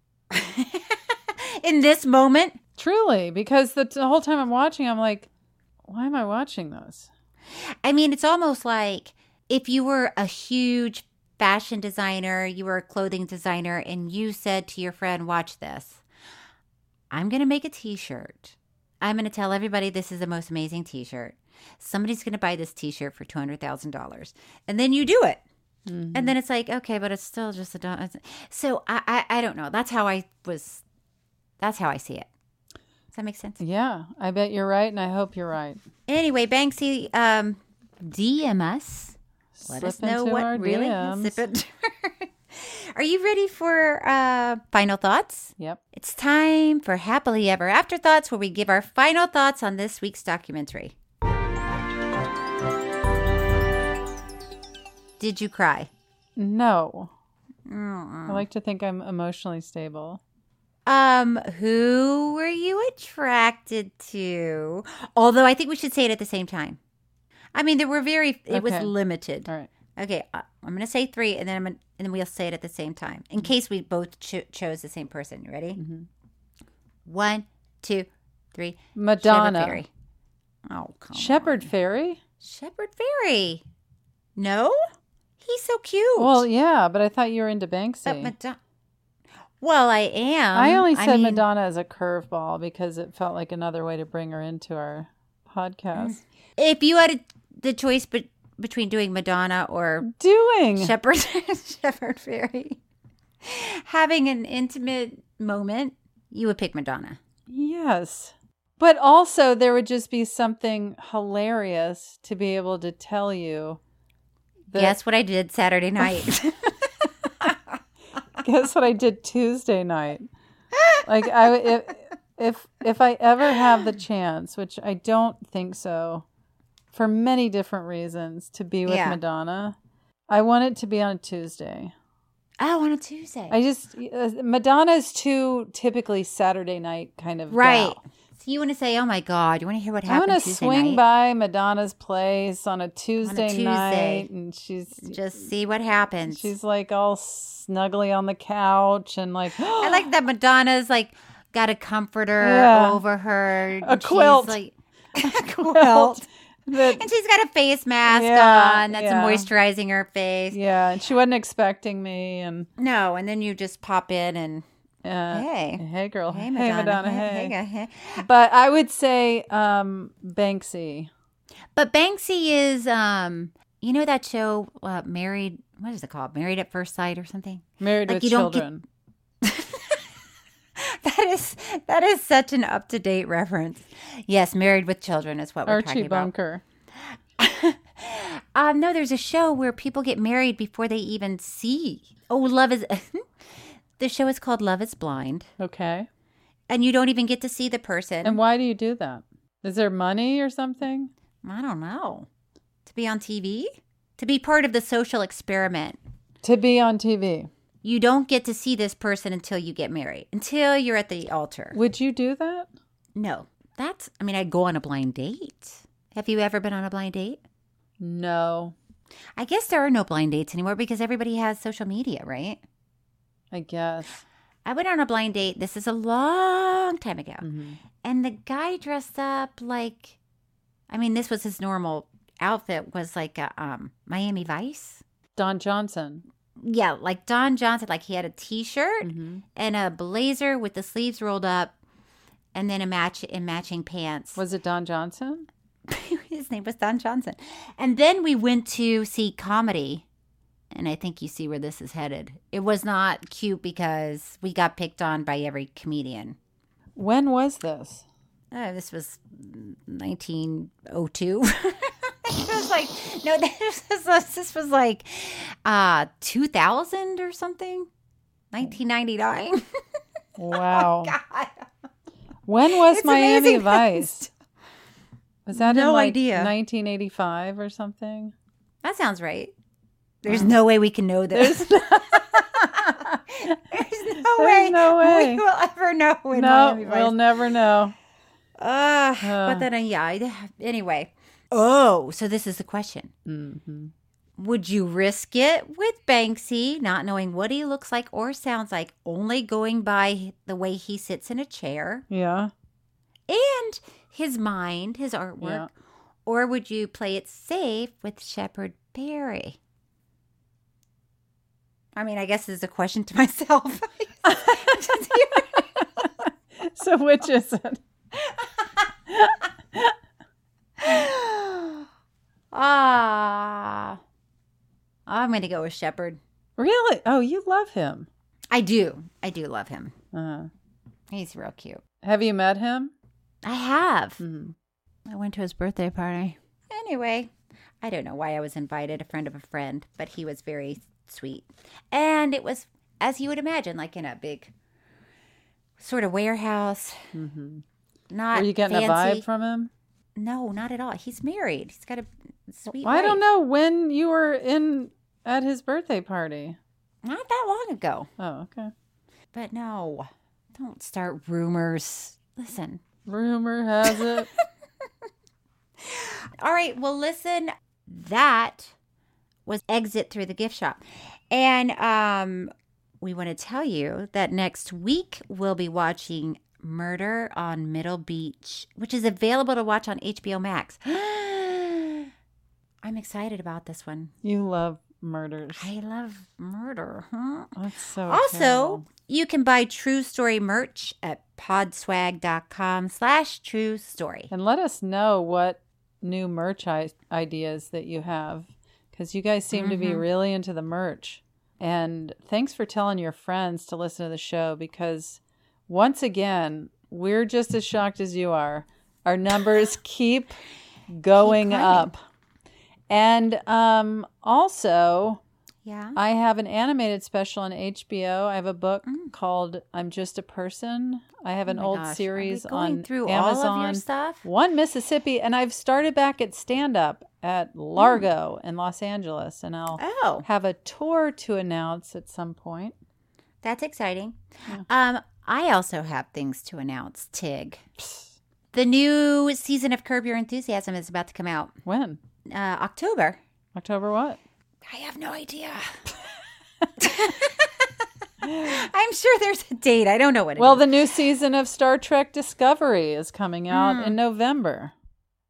D: in this moment,
C: Truly, because the, the whole time I'm watching, I'm like, why am I watching this?
D: I mean, it's almost like if you were a huge fashion designer, you were a clothing designer, and you said to your friend, Watch this. I'm going to make a t shirt. I'm going to tell everybody this is the most amazing t shirt. Somebody's going to buy this t shirt for $200,000. And then you do it. And then it's like, okay, but it's still just a. do- it's- So I, I, I don't know. That's how I was. That's how I see it. Does that make sense?
C: Yeah, I bet you're right, and I hope you're right.
D: Anyway, Banksy, um, DM us. Let
C: Slip
D: us know
C: into our
D: what really.
C: DMs.
D: Zip it. Are you ready for uh, final thoughts?
C: Yep.
D: It's time for happily ever after thoughts, where we give our final thoughts on this week's documentary. Did you cry?
C: No.
D: Oh,
C: I like to think I'm emotionally stable.
D: Um, who were you attracted to? Although I think we should say it at the same time. I mean, there were very. It was
C: Okay.
D: limited.
C: All right.
D: Okay, uh, I'm gonna say three, and then I'm gonna, and then we'll say it at the same time in
C: Mm-hmm.
D: case we both cho- chose the same person. You ready? One, two, three.
C: Madonna.
D: Shepherd Fairy. Oh, come
C: Shepherd Fairy?
D: Shepherd Fairy. No, he's so cute.
C: Well, yeah, but I thought you were into Banksy.
D: but Madonna. Well, I am.
C: I only said
D: mean-
C: Madonna as a curveball because it felt like another way to bring her into our
D: Mm.
C: podcast.
D: If you had a, the choice be- between doing Madonna or
C: Doing.
D: Shepherd Shepherd Fairy, having an intimate moment, you would pick Madonna.
C: yes. But also, there would just be something hilarious to be able to tell you. that-
D: Guess what I did Saturday night?
C: guess what I did Tuesday night? Like I if if if I ever have the chance, which I don't think so, for many different reasons, to be with
D: Yeah.
C: Madonna, I want it to be on a Tuesday.
D: oh, on a Tuesday.
C: I just uh, Madonna's too typically Saturday night kind of
D: right.
C: gal.
D: So you want to say, oh my God, you want to hear what
C: I
D: happened
C: want to
D: Tuesday
C: swing
D: night?
C: by Madonna's place on a Tuesday,
D: Tuesday.
C: night, and she's
D: Just see what happens.
C: she's like all snuggly on the couch and like
D: I like that Madonna's like got a comforter
C: Yeah.
D: over her.
C: A
D: and she's,
C: quilt.
D: like, a quilt.
C: that
D: And she's got a face mask
C: Yeah,
D: on that's
C: yeah.
D: moisturizing her face.
C: Yeah, and she wasn't expecting me. And
D: No, and then you just pop in and
C: uh,
D: Hey.
C: hey, girl,
D: hey, Madonna,
C: hey.
D: hey, hey.
C: But I would say um, Banksy.
D: But Banksy is, um, you know that show, uh, Married, what is it called? Married at First Sight or something?
C: Married
D: Like,
C: with
D: you don't get-
C: Children.
D: That is that is such an up to date reference. Yes, Married with Children is what we're
C: Archie
D: talking about.
C: Bunker.
D: Um, no, there's a show where people get married before they even see. Oh, love is. the show is called Love Is Blind,
C: Okay.
D: and you don't even get to see the person.
C: And why do you do that? Is there money or something?
D: I don't know. To be on TV, to be part of the social experiment.
C: To be on TV.
D: You don't get to see this person until you get married, until you're at the altar.
C: Would you do that?
D: No, that's. I mean, I go on a blind date. Have you ever been on a blind date?
C: No,
D: I guess there are no blind dates anymore because everybody has social media, right?
C: I guess.
D: I went on a blind date. This is a long time ago. And the guy dressed up like I mean, this was his normal outfit was like a um Miami Vice.
C: Don Johnson.
D: Yeah, like Don Johnson, like he had a t-shirt and a blazer with the sleeves rolled up and then a match in matching pants.
C: Was it Don Johnson?
D: his name was Don Johnson. And then we went to see comedy. And I think you see where this is headed. It was not cute because we got picked on by every comedian.
C: When was this?
D: Uh, this was 1902. it was like, no, this was, this was like uh, 2000 or something. 1999.
C: Wow. When was
D: Oh It's
C: Miami
D: amazing that
C: Vice? Was that in
D: No
C: like
D: idea.
C: 1985 or something?
D: That sounds right. There's no way we can know this. There's no,
C: There's
D: way.
C: no way.
D: We will ever know. When
C: no,
D: Miami Vice-
C: we'll never know.
D: Ah, but then, uh, yeah. I- Anyway. Oh, so this is the question.
C: Mm.
D: Would you risk it with Banksy, not knowing what he looks like or sounds like, only going by the way he sits in a chair
C: Yeah.
D: and his mind, his artwork? Or would you play it safe with Shepard Berry? I mean, I guess this is a question to myself.
C: So which is it?
D: Ah, I'm going to go with Shepard.
C: Really? Oh, you love him.
D: I do. I do love him.
C: Uh,
D: He's real cute.
C: have you met him?
D: I have.
C: Mhm.
D: I went to his birthday party. Anyway, I don't know why I was invited, a friend of a friend, but he was very sweet. And it was, as you would imagine, like in a big sort of warehouse. Not
C: Mm-hmm. Were you getting
D: fancy.
C: a vibe from him?
D: No, not at all. He's married. He's got a sweet.
C: Well, I don't
D: wife.
C: know when you were in at his birthday party.
D: Not that long ago.
C: Oh, okay.
D: But no, don't start rumors. Listen.
C: Rumor has it.
D: All right. Well, listen, that was Exit Through the Gift Shop. And um, we want to tell you that next week we'll be watching Murder on Middle Beach, which is available to watch on HBO Max. I'm excited about this one.
C: you love murders.
D: I love murder. Huh?
C: That's so
D: also
C: terrible.
D: you can buy true story merch at podswag.com slash true story
C: And let us know what new merch I- ideas that you have because you guys seem to be really into the merch. And thanks for telling your friends to listen to the show because once again, we're just as shocked as you are. Our numbers keep going
D: climbing.
C: up. And um, also,
D: yeah
C: I have an animated special on HBO. I have a book called "I'm Just a Person." I have an
D: Mm. Oh my
C: old
D: gosh, are we
C: series
D: going
C: on
D: through all of your
C: Amazon.
D: stuff?
C: One Mississippi, and I've started back at stand up at Largo in Los Angeles, and I'll
D: Mm. Oh.
C: have a tour to announce at some point.
D: That's exciting. Um, I also have things to announce, Tig. The new season of Curb Your Enthusiasm is about to come out
C: When
D: uh, October.
C: October what?
D: I have no idea. I'm sure there's a date. I don't know what it
C: Well,
D: is.
C: the new season of Star Trek Discovery is coming out
D: Mm.
C: in November.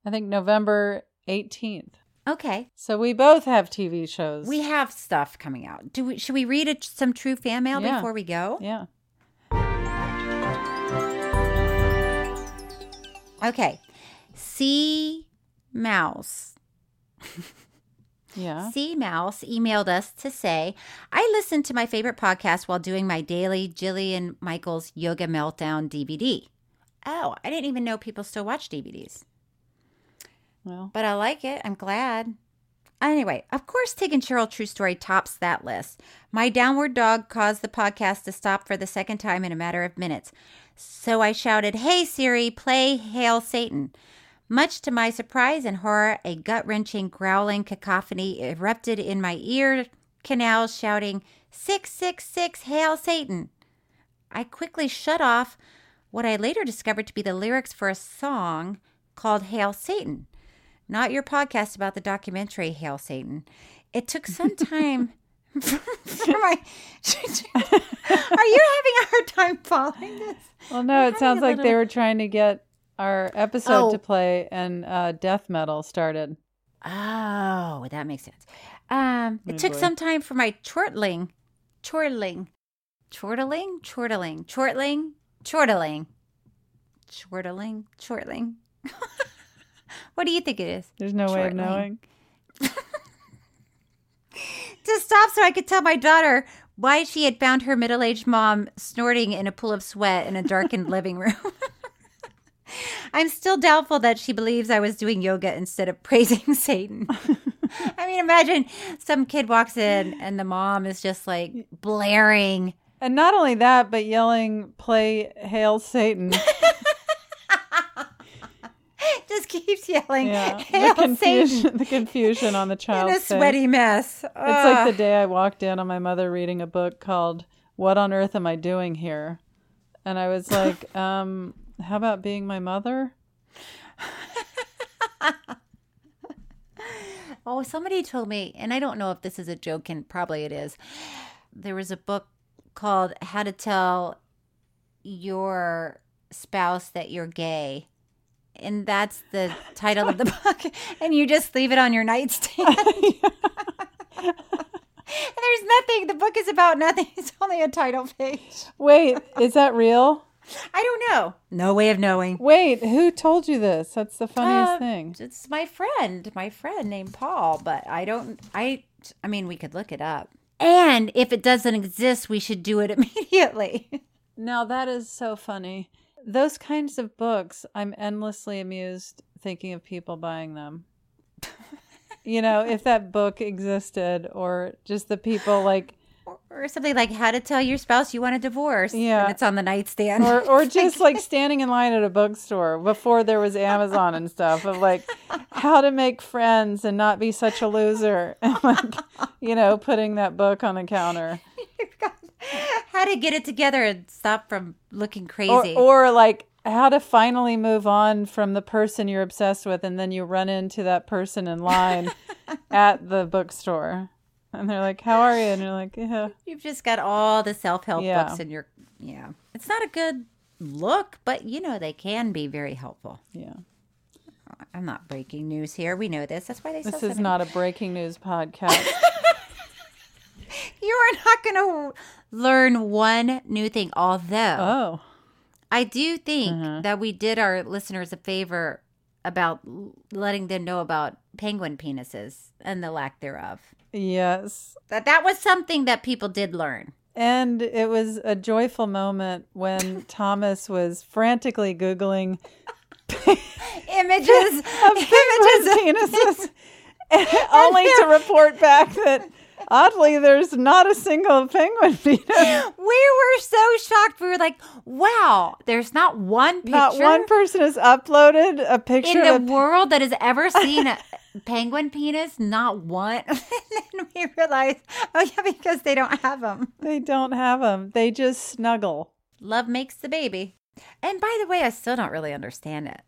C: I think November eighteenth.
D: okay.
C: So we both have TV shows.
D: We have stuff coming out. Do we? Should we read a, some true fan mail
C: Yeah.
D: before we go?
C: yeah.
D: Okay. C Mouse
C: Yeah.
D: Sea Mouse emailed us to say, I listened to my favorite podcast while doing my daily Jillian Michaels Yoga Meltdown DVD. Oh, I didn't even know people still watch DVDs.
C: Well.
D: But I like it. I'm glad. Anyway, of course, Tig and Cheryl True Story tops that list. My downward dog caused the podcast to stop for the second time in a matter of minutes. So I shouted, Hey Siri, play Hail Satan. Much to my surprise and horror, a gut wrenching, growling cacophony erupted in my ear canals, shouting, 666 Hail Satan. I quickly shut off what I later discovered to be the lyrics for a song called Hail Satan not your podcast about the documentary Hail Satan. It took some time for my. Are you having a hard time following this?
C: Well, no, it sounds
D: a
C: like they
D: little-
C: were trying to get our episode
D: Oh.
C: to play, and uh, death metal started.
D: Oh, that makes sense. Um, it
C: Oh,
D: took
C: boy.
D: some time for my chortling, chortling, chortling, chortling, chortling, chortling, chortling, chortling. what do you think it is?
C: There's no way of
D: Chortling.
C: knowing.
D: to stop so I could tell my daughter why she had found her middle aged mom snorting in a pool of sweat in a darkened living room. I'm still doubtful that she believes I was doing yoga instead of praising Satan. I mean, imagine some kid walks in and the mom is just like blaring.
C: And not only that, but yelling, play Hail Satan.
D: Just keeps yelling,
C: Yeah.
D: "Hail
C: the, confusion,
D: Satan!"
C: the confusion on the
D: in
C: child's
D: a sweaty
C: face.
D: mess.
C: It's like the day I walked in on my mother reading a book called What on Earth Am I Doing Here? And I was like, um, how about being my mother?
D: Oh, somebody told me, and I don't know if this is a joke, and probably it is. There was a book called How to Tell Your Spouse That You're Gay. And that's the title of the book. And you just leave it on your nightstand. There's nothing. The book is about nothing. It's only a title page.
C: Wait, is that real?
D: I don't know. No way of knowing.
C: Wait, who told you this? That's the funniest
D: Uh,
C: thing.
D: It's my friend, my friend named Paul, but I don't I I mean we could look it up. And if it doesn't exist, we should do it immediately.
C: Now that is so funny. Those kinds of books, I'm endlessly amused thinking of people buying them. you know, if that book existed or just the people like
D: or, or something like how to tell your spouse you want a divorce.
C: Yeah.
D: And it's on the nightstand.
C: or or just like standing in line at a bookstore before there was Amazon and stuff of like how to make friends and not be such a loser and like you know, putting that book on the counter.
D: how to get it together and stop from looking
C: or,
D: crazy.
C: or like how to finally move on from the person you're obsessed with and then you run into that person in line at the bookstore and they're like how are you and you're like yeah
D: You've just got all the self help
C: Yeah.
D: books in your yeah. It's not a good look, but you know they can be very helpful.
C: yeah
D: I'm not breaking news here. We know this. That's why they sell
C: this
D: so
C: is
D: many
C: not a breaking news podcast
D: You are not going to learn one new thing. Although
C: oh Uh-huh.
D: I do think that we did our listeners a favor about l- letting them know about penguin penises and the lack thereof.
C: yes
D: That that was something that people did learn.
C: and it was a joyful moment when thomas was frantically googling
D: Images
C: of penguins' penises, only to report back that oddly there's not a single penguin penis
D: We were so shocked. We were like, "Wow, there's not one picture
C: Not one person has uploaded a picture
D: in the
C: of a-
D: world that has ever seen a penguin penis. Not one." and then we realized, oh yeah, because they don't have them.
C: They don't have them. They just snuggle.
D: Love makes the baby. And by the way, I still don't really understand it.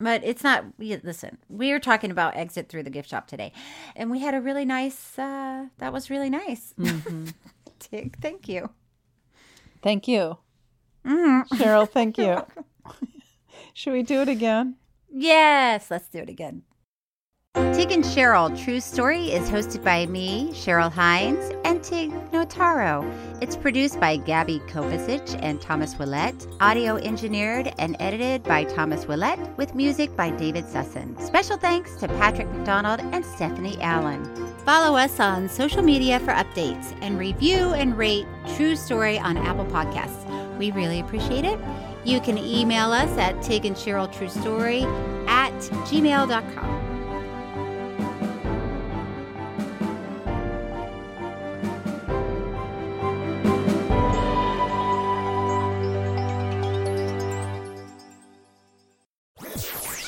D: But it's not, we- listen, we were talking about exit through the gift shop today. And we had a really nice, uh, that was really nice. Tig, thank you.
C: Thank you.
D: Mm-hmm.
C: Cheryl, thank you. Should we do it again?
D: Yes, let's do it again. Tig and Cheryl True Story is hosted by me, Cheryl Hines, and Tig Notaro. It's produced by Gabby Kovacic and Thomas Willett, audio engineered and edited by Thomas Willett, with music by David Sussin. Special thanks to Patrick McDonald and Stephanie Allen. Follow us on social media for updates and review and rate True Story on Apple Podcasts. We really appreciate it. You can email us at Tig and Cheryl True Story at gmail.com.